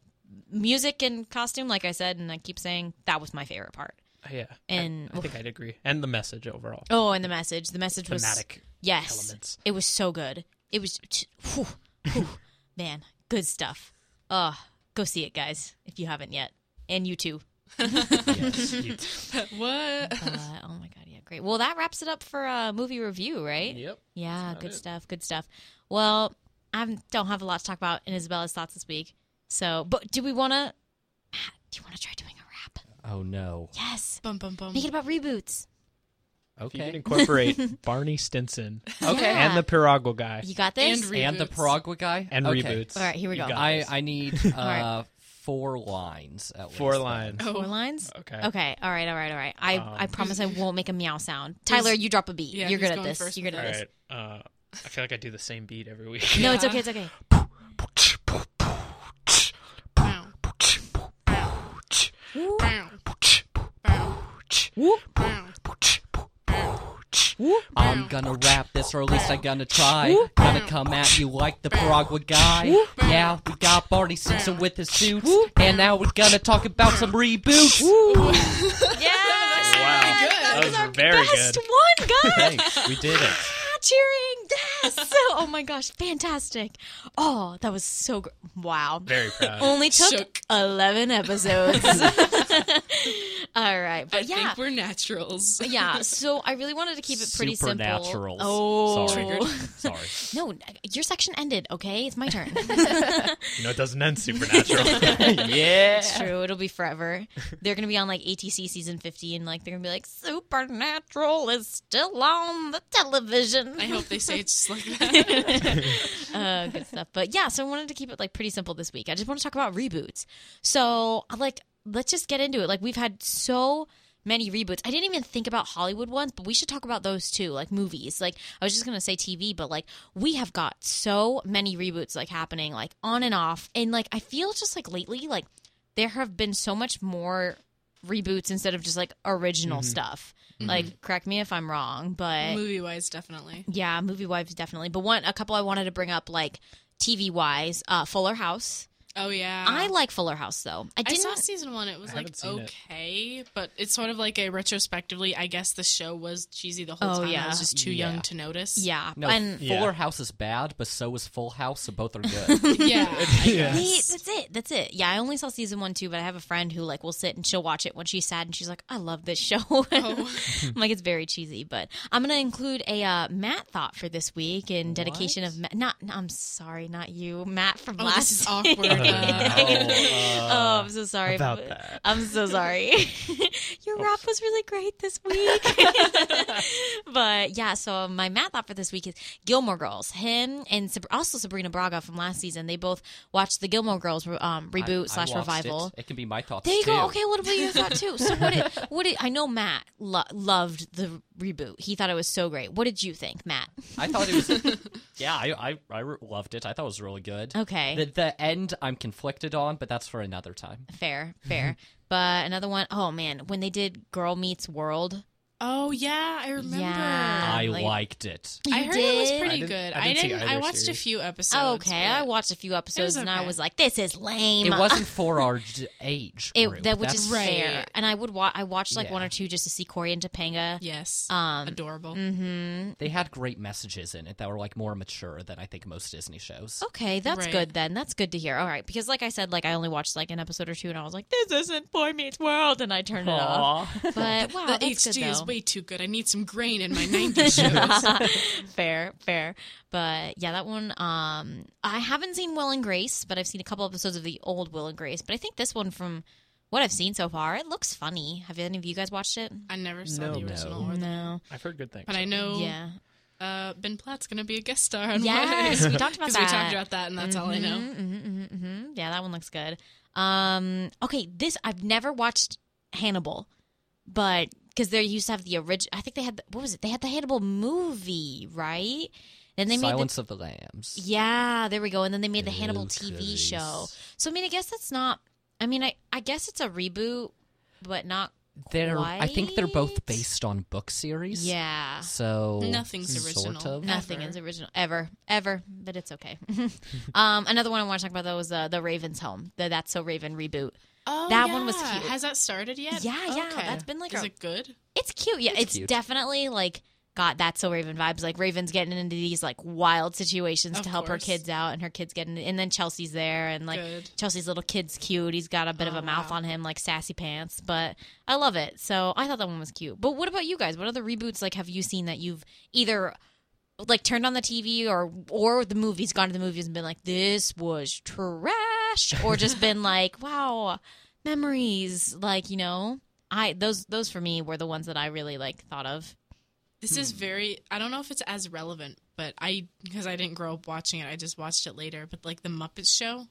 music and costume, like I said, and I keep saying that was my favorite part.
Uh, yeah.
And-
I, I think I'd agree. And the message overall,
Oh, and the message, the message was
thematic
yes,
elements.
it was so good. It was, whew, whew, man, good stuff. Uh, go see it, guys, if you haven't yet, and you too.
yes, you-
what?
Uh, oh my god, yeah, great. Well, that wraps it up for uh, movie review, right?
Yep.
Yeah,
about
good
it.
stuff, good stuff. Well, I don't have a lot to talk about in Isabella's thoughts this week. So, but do we want to? Do you want to try doing a wrap?
Oh, no.
Yes.
Bum bum bum.
Make it about reboots.
If you can
Okay.
incorporate Barney Stinson
Okay.
and the Piragua guy.
Ah, You got this.
And reboots.
And the Piragua guy?
and
Okay.
reboots.
All right, here we
You
go.
got
I,
this.
I need
right.
uh, four lines at
Four
least, then.
lines.
Four lines.
Okay. Um,
Okay. All right. All right. All right. I I promise I won't make a meow sound. Tyler, you drop a beat.
yeah,
You're
who's
good at
going
this.
first
You're good
All
at this.
right. Uh, I feel like I do the same beat every week.
No, it's
Yeah.
okay. It's okay.
Bow. Bow. Bow. Bow.
I'm gonna rap this, or at least I'm gonna try. Gonna come at you like the Paragua guy. Now we got Barney Simpson with his suits, and now we're gonna talk about some reboots.
Yeah.
Wow. That was very
Best
good.
one, guys.
Thanks, we did it.
Ah, cheering. Yes. So, oh my gosh, fantastic. Oh, that was so gr- wow.
Very proud.
Only took
Shook.
11 episodes. All right.
I
But yeah.
think we're naturals.
yeah, so I really wanted to keep it pretty simple.
Supernaturals.
Oh,
Sorry. Sorry.
no, your section ended. Okay, it's my turn.
You know, it doesn't end supernatural.
yeah.
It's true. It'll be forever. They're gonna be on like ATC season fifty, and like they're gonna be like Supernatural is still on the television.
I hope they say it just like that.
uh, good stuff. But yeah, so I wanted to keep it like pretty simple this week. I just want to talk about reboots. So like, let's just get into it. Like we've had so many reboots. I didn't even think about Hollywood ones, but we should talk about those too, like movies. Like I was just gonna say TV, but like we have got so many reboots like happening, like on and off, and like I feel just like lately, like there have been so much more reboots instead of just like original stuff. Like, correct me if I'm wrong, but
Movie wise, definitely.
yeah, movie wise definitely. But one a couple I wanted to bring up like TV wise, uh Fuller House.
Oh yeah.
I like Fuller House though. I
I
didn't.
saw season one. It was
I
like
haven't seen it.
okay, but it's sort of like a retrospectively. I guess the show was cheesy the whole
Oh,
time. I
yeah.
was just too
Yeah.
young to notice.
yeah,
No,
and
Yeah.
Fuller House is bad, but so is Full House, so both are good.
yeah. I
Yeah.
They-
guess.
that's it. That's it. Yeah, I only saw season one too, but I have a friend who like will sit and she'll watch it when she's sad, and she's like, "I love this show."
Oh.
I'm like, it's very cheesy, but I'm gonna include a uh, Matt thought for this week in dedication of Matt. Not, I'm sorry, not you, Matt from
Oh,
last.
this is awkward.
Uh,
oh, I'm
uh,
so sorry
about
but-
that.
I'm so sorry.
Oh.
Your rap was really great this week. but yeah, so my math thought for this week is Gilmore Girls. Him and Sab- also Sabrina Braga from last season. They both watched the Gilmore Girls um,
I-
reboot
I
slash
watched
revival.
It. It can be my thoughts
There you
too.
go. Okay, what about your thought too? So what? Did, what did I know? Matt lo- loved the reboot. He thought it was so great. What did you think, Matt?
I thought it was. yeah, I, I I re- loved it. I thought it was really good.
Okay,
The, the end I'm conflicted on, but that's for another time.
fair, fair. But another one, oh man, when they did Girl Meets World,
oh yeah, I remember.
Yeah.
I
like-
liked it.
I
You
heard it was
did?
pretty
I didn't-
good.
I
I
didn't see
didn't. I,
either
watched
series.
a few
Oh,
episodes.
okay, I
but-
watched a few episodes and I
okay.
was like, "This is lame."
It wasn't for our d- age
It-
group.
that which
That's-
is
Right.
fair. And I would wa- I watched like one
Yeah.
or two just to see Corey and Topanga.
Yes.
Um,
Adorable.
hmm
They had great messages in it that were like more mature than I think most Disney shows.
Okay, that's
Right.
good then. That's good to hear. All right, because like I said, like I only watched like an episode or two, and I was like, "This isn't Boy Meets World," and I turned it off. But wow,
the
that's
HD
good,
is
though.
way too good. I need some grain in my '90s shows.
fair, fair. But yeah, that one. Um, I haven't seen Will and Grace, but I've seen a couple episodes of the old Will and Grace. But I think this one, from what I've seen so far, it looks funny. Have any of you guys watched it?
I never saw
No,
the
no.
original, or the-
No.
I've heard good things.
but I know
Yeah.
uh, Ben Platt's going to be a guest star. On
Yes,
one.
we talked about
'Cause we
that.
talked about that, and that's all I know.
hmm Yeah, that one looks good. Um, okay, this I've never watched Hannibal, but because they used to have the original. I think they had the, what was it? They had the Hannibal movie, right? Then they made
Silence
the
of the Lambs.
yeah, there we go. And then they made the Hannibal
Oh,
TV
Clarice.
show. So I mean, I guess that's not. I mean, I I guess it's a reboot, but not.
They're I think they're both
quite.
based on book series.
Yeah.
So
Nothing's
sort
original.
of.
Nothing
Ever.
is original ever, ever, but it's okay. um, another one I want to talk about though was uh, the Raven's Home, the That's So Raven reboot.
Oh,
That one was
yeah.
cute.
Has that started yet?
Yeah, yeah,
Okay.
that's been like
Is
a-
it good?
It's cute. Yeah, it's,
cute.
definitely like got that so Raven vibes. Like Raven's getting into these like wild situations
Of
to help
course.
her kids out, and her kids getting, and then Chelsea's there, and like
Good.
Chelsea's little kid's cute. He's got a bit of
Oh,
a mouth
wow.
on him, like sassy pants. But I love it. So I thought that one was cute. But what about you guys? What other reboots like have you seen that you've either like turned on the TV or or the movies, gone to the movies and been like, this was trash, or just been like, wow, memories. Like you know, I those those for me were the ones that I really like thought of.
This is
hmm.
very. I don't know if it's as relevant, but I because I didn't grow up watching it. I just watched it later. But like the Muppet Show,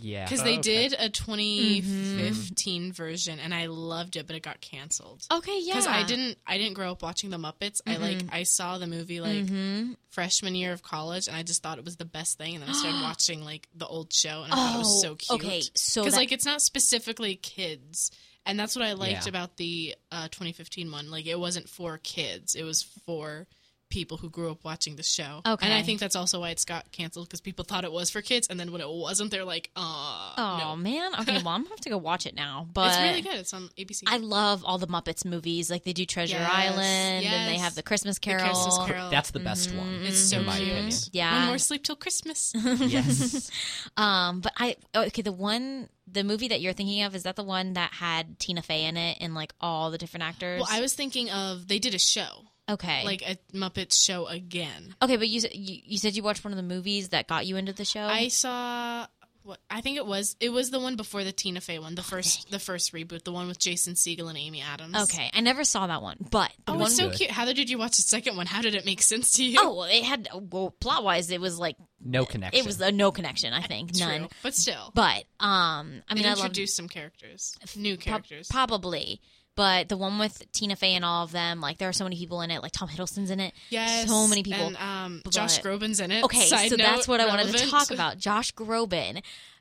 Yeah.
because
Oh,
they
okay.
did a
Mm-hmm.
2015 version, and I loved it, but it got canceled.
Okay, yeah, Mm-hmm.
Because I didn't, I didn't grow up watching the Muppets. I like, I saw the movie like
hmm
freshman year of college, and I just thought it was the best thing. And then I started watching like the old show, and I thought it was so cute.
Oh, okay, so
because
that-
like it's not specifically kids and that's what i liked
Yeah.
about the uh, 2015 one like it wasn't for kids it was for people who grew up watching the show and i
Okay.
think that's also why it's got canceled because people thought it was for kids and then when it wasn't they're like uh,
oh
no.
man, okay, well I'm gonna have to go watch it now. But
it's really good it's on abc
I love all the Muppets movies. Like they do Treasure
Yes,
Island, and they
yes.
have the Christmas
The
Carol.
Christmas Carol.
That's the best
Mm-hmm.
one.
it's so
in my
cute
opinion.
Yeah.
one more sleep till christmas
yes.
Um, but I oh, okay. The one, the movie that you're thinking of is that the one that had Tina Fey in it and like all the different actors.
well i was thinking of they did a show
okay.
like a muppet show again
okay, but you, s- you you said you watched one of the movies that got you into the show.
I saw what I think it was. It was the one before the Tina Fey
Oh,
one, the first the first reboot, the one with Jason Segel and Amy Adams.
okay, I never saw that one, but the
Oh,
one
it's so
Good.
cute. Heather, did you watch the second one? How did it make sense to you?
oh, well, it had well plot wise, it was like
No connection.
it was a no connection. I think
True,
none.
but still.
But um, I mean,
it
I love
introduced some characters, new
Prob-
characters.
probably. But the one with Tina Fey and all of them, like there are so many people in it. Like Tom Hiddleston's in it.
yes,
so many people.
And um, Josh
but-
Groban's in it.
Okay,
Side
so that's
note,
what I wanted to
relevant.
talk about. Josh Groban.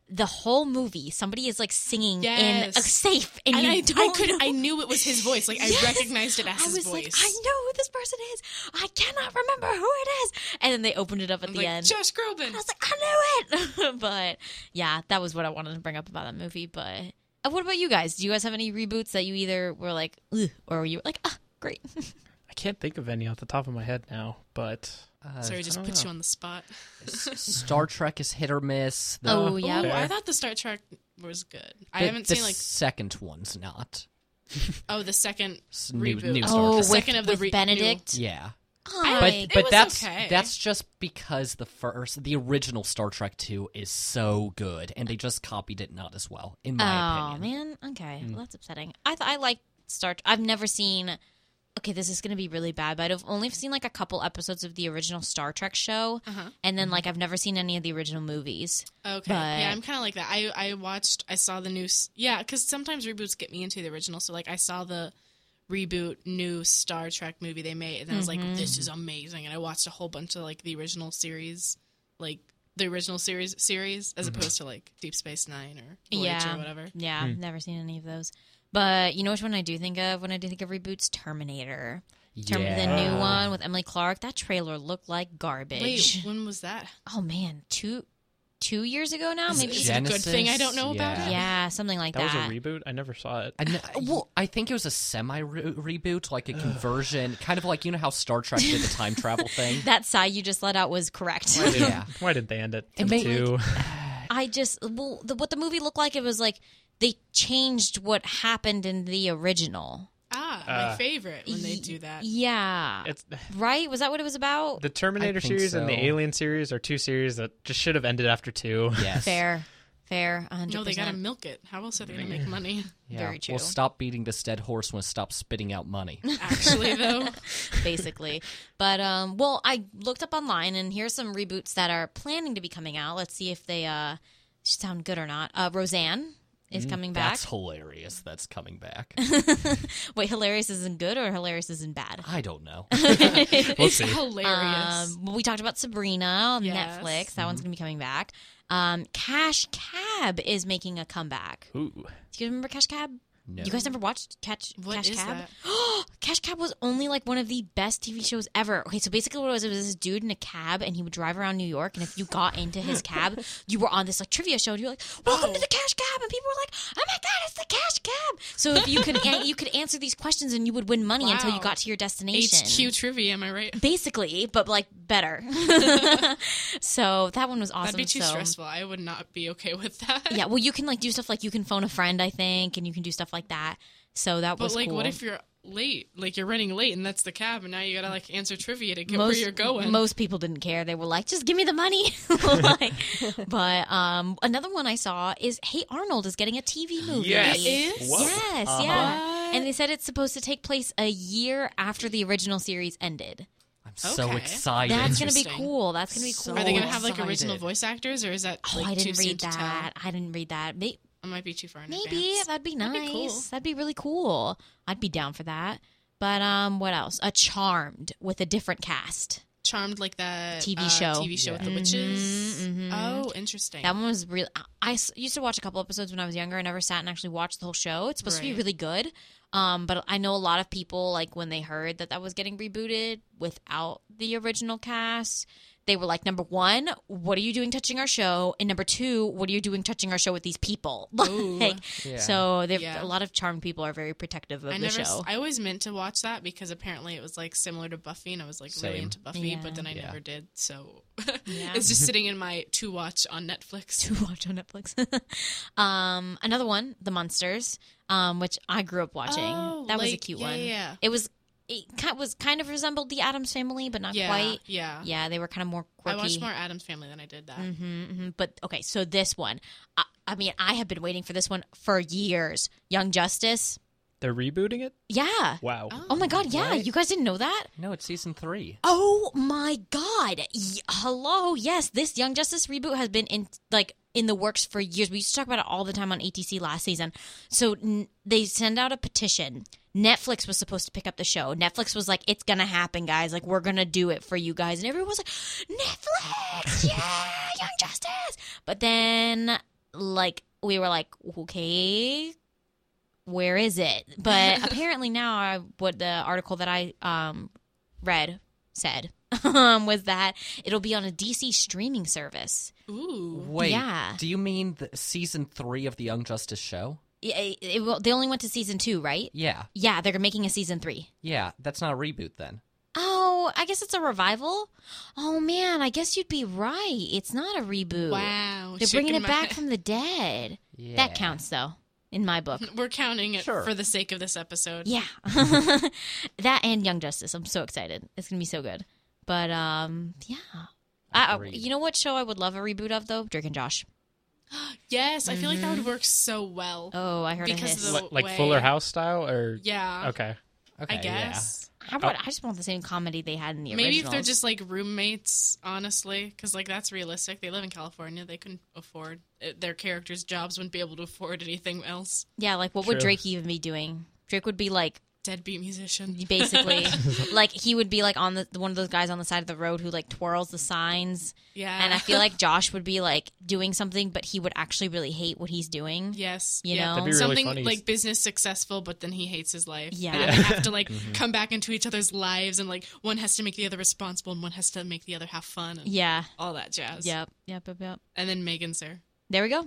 the whole movie somebody is like singing in
Yes.
a safe, and,
and
you
I, I
don't
could
know.
I knew it was his voice. Like
Yes.
I recognized it as
I
his
was
voice.
like, I know who this person is. I cannot remember who it is. And then they opened it up at
I'm
the
like,
end.
Josh Groban.
I was like, I knew it. but yeah, that was what I wanted to bring up about that movie. But uh, what about you guys? Do you guys have any reboots that you either were like, Ugh, or were you were like, ah, great?
I can't think of any off the top of my head now, but
Uh,
Sorry, just
don't
put
know.
you on the spot.
Star Trek is hit or miss. The,
uh,
oh
Ooh,
yeah,
I
Fair.
thought the Star Trek was good. I
the-
haven't
the
seen like
second one's not.
oh the second
It's new-
reboot.
new Star
oh
Trek.
with,
The second of the
with
re-
Benedict.
Yeah,
Oh,
I-
but
like,
but
was
that's
okay.
that's just because the first, the original Star Trek two is so good, and they just copied it not as well, in my
oh
opinion. Mm.
man, okay, well, that's upsetting. I th- I like Star. I've never seen. Okay, this is going to be really bad, but I've only seen like a couple episodes of the original Star Trek show, and
Mm-hmm.
then like I've never seen any of the original movies.
Okay.
But-
yeah, I'm kind of like that. I I watched, I saw the new, s- yeah, because sometimes reboots get me into the original. So like, I saw the reboot new Star Trek movie they made, and I was
Mm-hmm.
like, this is amazing. And I watched a whole bunch of like the original series, like the original series series,
Mm-hmm.
as opposed to like Deep Space Nine or Voyager
Yeah.
or whatever.
Yeah,
Hmm.
I've never seen any of those. But you know which one I do think of when I do think of reboots? Terminator. Term-
yeah.
The new one with Emily Clark. That trailer looked like garbage.
Wait, when was that?
Oh man, two two years ago now,
Is it-
Oh, maybe.
is it a good thing I don't
Genesis,
know about
yeah.
it?
yeah, something like
that
that.
was a reboot. I never saw it.
I kn- well, uh, I think it was a semi reboot, like a conversion, kind of like you know how Star Trek did the time travel thing.
that sigh you just let out was correct.
Why did,
Yeah.
why did they end it?
It made-
two?
I just well, the, what the movie looked like it was like they changed what happened in the original.
Ah, my
Uh,
favorite when they
Ye-
do that.
Yeah.
It's
right? Was that what it was about?
the Terminator
think
series and the
so.
Alien series are two series that just should have ended after two.
Yes.
Fair. Fair. 100%.
No, they gotta milk it. How else are they gonna make money?
Yeah.
Very true.
Well, stop beating this dead horse when it stops spitting out money.
Actually, though,
basically. But um, well, I looked up online, and here's some reboots that are planning to be coming out. Let's see if they uh, sound good or not. Uh, Roseanne is coming back.
Mm, That's hilarious. That's coming back.
Wait, hilarious isn't good or hilarious isn't bad.
I don't know.
We'll
it's
see.
hilarious.
Um, well, we talked about Sabrina on
Yes.
Netflix. That
Mm-hmm.
one's gonna be coming back. Um, Cash Cab is making a comeback.
Ooh.
Do you remember Cash Cab?
No.
You guys never watched Catch
What
Cash
is
Cab?
that?
Cash Cab was only like one of the best TV shows ever. Okay, so basically what it was, it was this dude in a cab and he would drive around New York and if you got into his cab, you were on this like trivia show and you're like, Welcome to the Cash Cab and people were like, Oh my god, it's the Cash Cab So if you could an- you could answer these questions and you would win money until you
Wow.
got to your destination.
HQ trivia, am I right?
Basically, but like better. so that one was awesome.
That'd be too
so-
stressful. I would not be okay with that.
Yeah, well you can like do stuff like you can phone a friend, I think, and you can do stuff like that. So that
But
was
like,
cool.
what if you're late? Like you're running late, and that's the cab, and now you gotta like answer trivia to get
most,
where you're going.
Most people didn't care. They were like, just give me the money. Like, but um, another one I saw is Hey Arnold is getting a TV movie.
Yes.
It is?
Whoa.
Yes,
Uh-huh.
yeah.
What?
And they said it's supposed to take place a year after the original series ended.
I'm so
Okay.
excited.
That's going to be
Interesting.
cool. That's going to be
So
cool.
Are they gonna have like
excited.
original voice actors, or is that
Oh,
like
I
too
didn't
soon
read
to tell?
that. I didn't read that. May-
I might be too far. In
Maybe
advance.
that'd be nice. That'd
That'd
be,
be cool.
really cool. I'd be down for that. But um, what else? A Charmed with a different cast.
Charmed, like that
TV
uh,
show. Mm-hmm,
TV show with the witches. Oh, interesting.
That one was real. I s- used to watch a couple episodes when I was younger. I never sat and actually watched the whole show. It's supposed to be
Right.
really good. Um, but I know a lot of people like when they heard that that was getting rebooted without the original cast, they were like, number one, what are you doing touching our show? And number two, what are you doing touching our show with these people?
Ooh.
like,
Yeah.
so they've a
Yeah.
lot of charmed people are very protective of
I
the
never.
show.
I always meant to watch that because apparently it was like similar to Buffy, and I was like really
Same.
into Buffy,
Yeah.
but then I
Yeah.
never did. So
Yeah.
it's just sitting in my to watch on Netflix.
to watch on Netflix. um, another one, The Monsters, um, which I grew up watching.
Oh,
that was a
like-
cute
yeah,
one.
yeah.
It was it ki- was kind of resembled the Adams Family, but not
yeah,
quite.
yeah,
Yeah, they were kind of more
I
quirky.
watched more Adam's Family than I did that.
hmm But okay, so this one, I, I mean, I have been waiting for this one for years. Young Justice,
They're rebooting it?
yeah.
Wow.
Oh my God, yeah. You guys didn't know that?
No, it's season three.
Oh my god. Y- hello. Yes, this Young Justice reboot has been in like in the works for years. We used to talk about it all the time on ATC last season. So n- they send out a petition. Netflix was supposed to pick up the show. Netflix was like, "It's gonna happen, guys. Like, we're gonna do it for you guys." And everyone was like, "Netflix, yeah, Young Justice." But then like we were like, okay, where is it? But apparently now, I, what the article that I um, read said um, was that it'll be on a DC streaming service.
Ooh.
Wait,
Yeah.
do you mean the season three of the Young Justice show?
Yeah, It, it will- they only went to season two, right?
Yeah,
Yeah, they're making a season three.
yeah, that's not a reboot then.
Oh, I guess it's a revival. Oh man, I guess you'd be right. It's not a reboot.
Wow.
They're bringing it
shaking my-
back from the dead.
Yeah.
That counts though, in my book.
We're counting it
Sure.
for the sake of this episode.
Yeah. that and Young Justice. I'm so excited. It's going to be so good. But um yeah. I, I-
Agreed.
you know what show I would love a reboot of though? Drake and Josh.
Yes, I feel like that would work so well.
Mm-hmm. Oh, I heard a
Because
hiss.
of the-
Li- like
way-
Fuller House style, or
Yeah.
okay,
Okay,
I guess.
I, would, I just want the same comedy they had in the
Oh. Maybe if
originals.
they're just like roommates, honestly, because like that's realistic. They live in California; they couldn't afford it- their characters' jobs wouldn't be able to afford anything else.
Yeah, like what would
True.
Drake even be doing? Drake would be like
Deadbeat musician,
basically like he would be like on the one of those guys on the side of the road who like twirls the signs
yeah.
and i feel like josh would be like doing something but he would actually really hate what he's doing
yes,
you
yeah.
know
That'd be really
something
funny.
like business successful, but then he hates his life.
Yeah.
and they have to like
Mm-hmm.
come back into each other's lives, and like one has to make the other responsible, and one has to make the other have fun, and
yeah
all that jazz.
yep yep yep yep
and then Megan's there.
there we go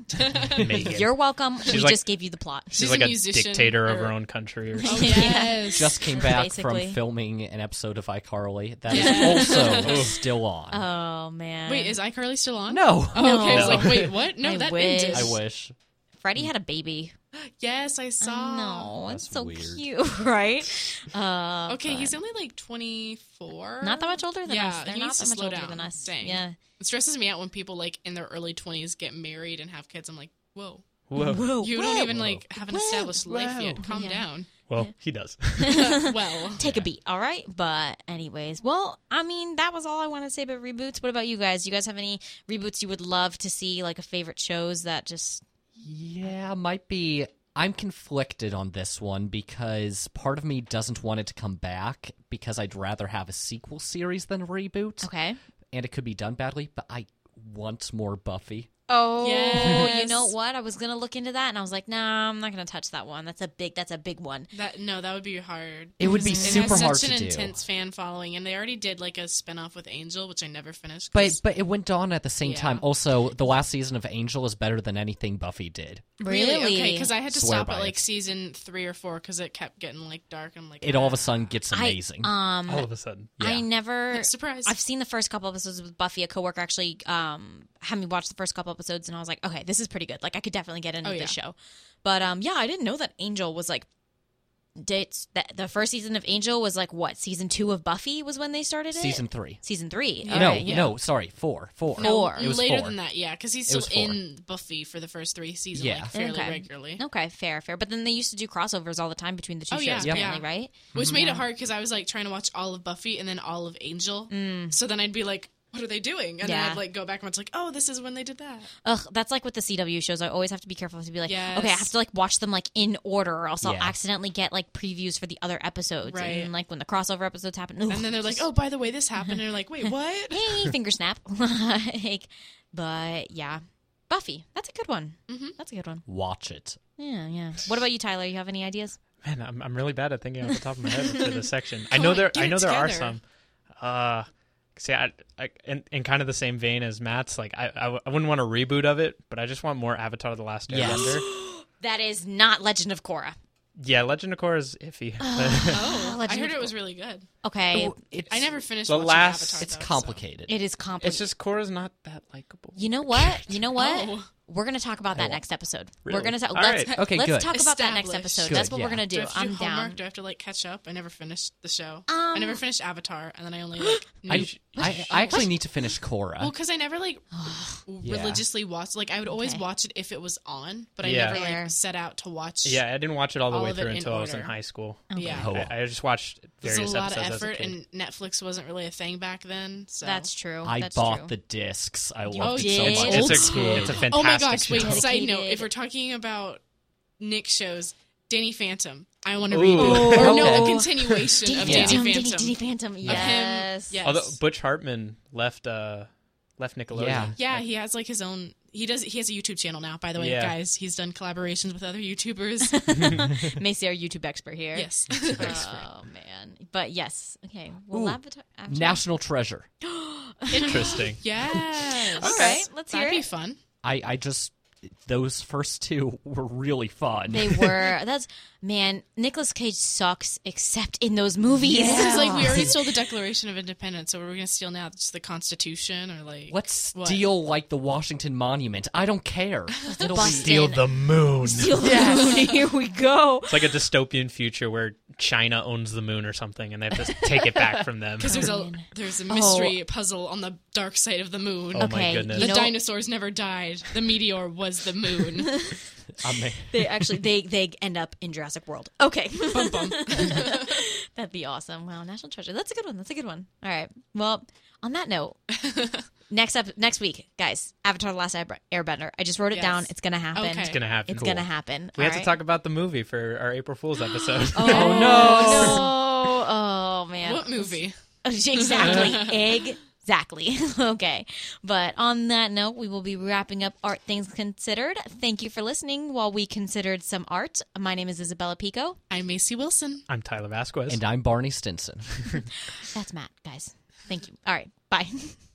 Megan.
you're welcome we
like-
just gave you the plot
she's
She's
like
a
a,
musician,
dictator of
or-
her own country. Or
Oh,
something.
yes,
Just came back
Basically.
from filming an episode of iCarly that
Yeah.
is also still on.
oh man
wait. Is iCarly still on?
no,
Oh, okay. I was
No.
like, wait, what? No,
I
that
wish.
ended.
I wish.
freddie had a baby
Yes, I
I
saw.
know, it's
That's
so
weird.
cute right uh
Okay,
but-
he's only like 24.
not that much older than
Yeah,
us they're
he
not
needs
that
to
much
slow
older
down.
than us
Dang.
yeah
It stresses me out when people like in their early 20s get married and have kids. I'm like, whoa,
Whoa.
Oh,
you don't even like have an
Whoa.
established life yet. Calm
Yeah.
down.
Well, he does.
well,
take a beat all right but anyways well i mean that was all i want to say about reboots what about you guys you guys have any reboots you would love to see like a favorite shows that just
Yeah, might be. I'm conflicted on this one because part of me doesn't want it to come back because I'd rather have a sequel series than a reboot,
okay
and it could be done badly. But I want more Buffy.
oh you
Yes.
know what i was gonna look into that and i was like nah i'm not gonna touch that one that's a big that's a big one
that no, that would be hard.
It would be
Because
super
it has
hard
such
to
an
do.
intense fan following, and they already did like a spinoff with Angel, which I never finished.
But
'cause-
but it went on at the same
Yeah.
time. Also, the last season of Angel is better than anything Buffy did.
okay, because I had to
Swear
stop
by
at like
it.
season three or four because it kept getting like dark. And I'm like,
It all of a
ah.
sudden gets amazing.
I, um
All of a sudden,
i
Yeah.
never
Like, surprise.
I've seen the first couple episodes with Buffy. A coworker actually um, had me watch the first couple episodes, and I was like, okay, this is pretty good. Like, I could definitely get into
Oh,
this show. But um, yeah, I didn't know that Angel was like. Dates that the first season of Angel was like what season two of Buffy was when they started it.
season three.
season three.
Yeah.
no,
Okay.
yeah.
no, sorry, four, four.
No, Four.
It was
later
four.
than that, yeah, because he's
It
still
was four.
in Buffy for the first three seasons,
Yeah.
like fairly
Okay.
regularly,
Okay, fair, fair. But then they used to do crossovers all the time between the two
Oh,
shows,
yeah,
yeah.
apparently, right?
which
Mm-hmm.
made it hard because I was like trying to watch all of Buffy and then all of Angel, so then I'd be like, "What are they doing?" And
Mm. Yeah.
then I'd like go back and watch, like, "Oh, this is when they did that."
Ugh, that's like with the CW shows. I always have to be careful to be like, okay, I have
Yes.
to like watch them like in order, or else I'll
Yeah.
accidentally get like previews for the other episodes.
Right.
And like when the crossover episodes happen, ugh,
And then they're like, "Oh, by the way, this happened." And they're like, "Wait, what?"
hey, Eh, finger snap. like, but yeah, Buffy, that's a good one. That's a good one.
Watch it.
Yeah, yeah. What about you, Tyler? You have any ideas?
man, I'm, I'm really bad at thinking off the top of my head for this section. I know there,
get
I
it
know there are
together.
some. Uh, see, I, I in, in kind of the same vein as Matt's, like I, I, w- I wouldn't want a reboot of it, but I just want more Avatar: The Last
Yes.
Airbender.
That is not Legend of Korra.
yeah, Legend of Korra is iffy.
Oh, Uh, I
Ah, Legend
heard
of
it was really good.
Okay,
It's,
I never finished.
The
watching
last-
Avatar,
It's
though, so-
complicated.
it is complicated.
it's just Korra's not that likable.
you know what? You know what?
Oh.
We're gonna talk about that
don't-
next episode. We're
Really?
gonna talk.
All
Let's,
right.
Okay,
let's
good.
talk about that next
Established.
episode.
Good,
That's what we're
yeah.
gonna
Do I
do.
have to do
I'm
homework?
down.
Do I have to like catch up? I never finished the show.
Um,
I never finished Avatar, and then I only like
I,
knew-
I, I actually need to finish Cora.
Well, because I never like
Yeah.
religiously watched. Like I would always
Okay.
watch it if it was on, but I
Yeah.
never
Fair.
like set out to watch.
Yeah, I didn't watch it all the
All
way
of it
through
in
until I was in
order.
high school.
yeah.
Oh, well.
I, I just watched
There's a
various
lot of
episodes as a
effort,
kid.
and Netflix wasn't really a thing back then. So
That's true.
I
That's
bought
true.
the discs. I
You
loved it so
did?
much.
It's
a- it's a fan-
Oh my
fantastic
gosh! Wait,
show.
side note:
Dedicated.
if we're talking about Nick shows, Danny Phantom, I want to
Ooh.
read
Oh.
or
Okay.
no, a continuation
Danny
of Danny
Yeah.
Phantom,
Phantom.
Danny, Danny Phantom.
Of him,
Yes.
yes.
Although Butch Hartman left uh, left Nickelodeon.
Yeah.
Yeah, he has like his own. He does. He has a YouTube channel now, by the way,
Yeah.
guys. He's done collaborations with other YouTubers.
Macy, our YouTube expert here.
yes.
Oh man, but yes. Okay. Well,
Ooh.
Avatar. Avatar.
National Treasure.
Interesting.
yes.
All right, let's
That'd
hear
be
it.
fun.
I, I just those first two were really fun.
They were. That's man. Nicolas Cage sucks, except in those movies.
This is like we already stole the Declaration of Independence, so what are we gonna steal now? Just the Constitution or like
Let's
What?
steal like the Washington Monument. I don't care. It'll be-
Busted. Steal the
moon.
Steal the moon. Here we go.
It's like a dystopian future where China owns the moon or something, and they have to take it back from them.
because there's a
Man.
there's a mystery puzzle on the dark side of the moon.
Oh
Okay,
my goodness!
you
The
know-
dinosaurs never died. The meteor was the moon.
I'm-
They actually they they end up in Jurassic World. Okay.
bum, bum.
That'd be awesome. Wow, National Treasure. That's a good one. That's a good one. All right. Well, on that note, next up next week, guys, Avatar: The Last Airb- Airbender. I just wrote it
Yes.
down. It's gonna happen.
Okay.
It's
It's
gonna,
gonna happen.
happen.
We
All
have
right?
to talk about the movie for our April Fool's episode.
Oh,
Yes.
no! Oh man!
What movie?
Exactly. exactly. okay. But on that note, we will be wrapping up Art Things Considered. Thank you for listening while we considered some art. My name is Isabella Pico.
I'm Macy Wilson.
I'm Tyler Vasquez.
and I'm Barney Stinson.
That's Matt, guys. Thank you. All right. Bye.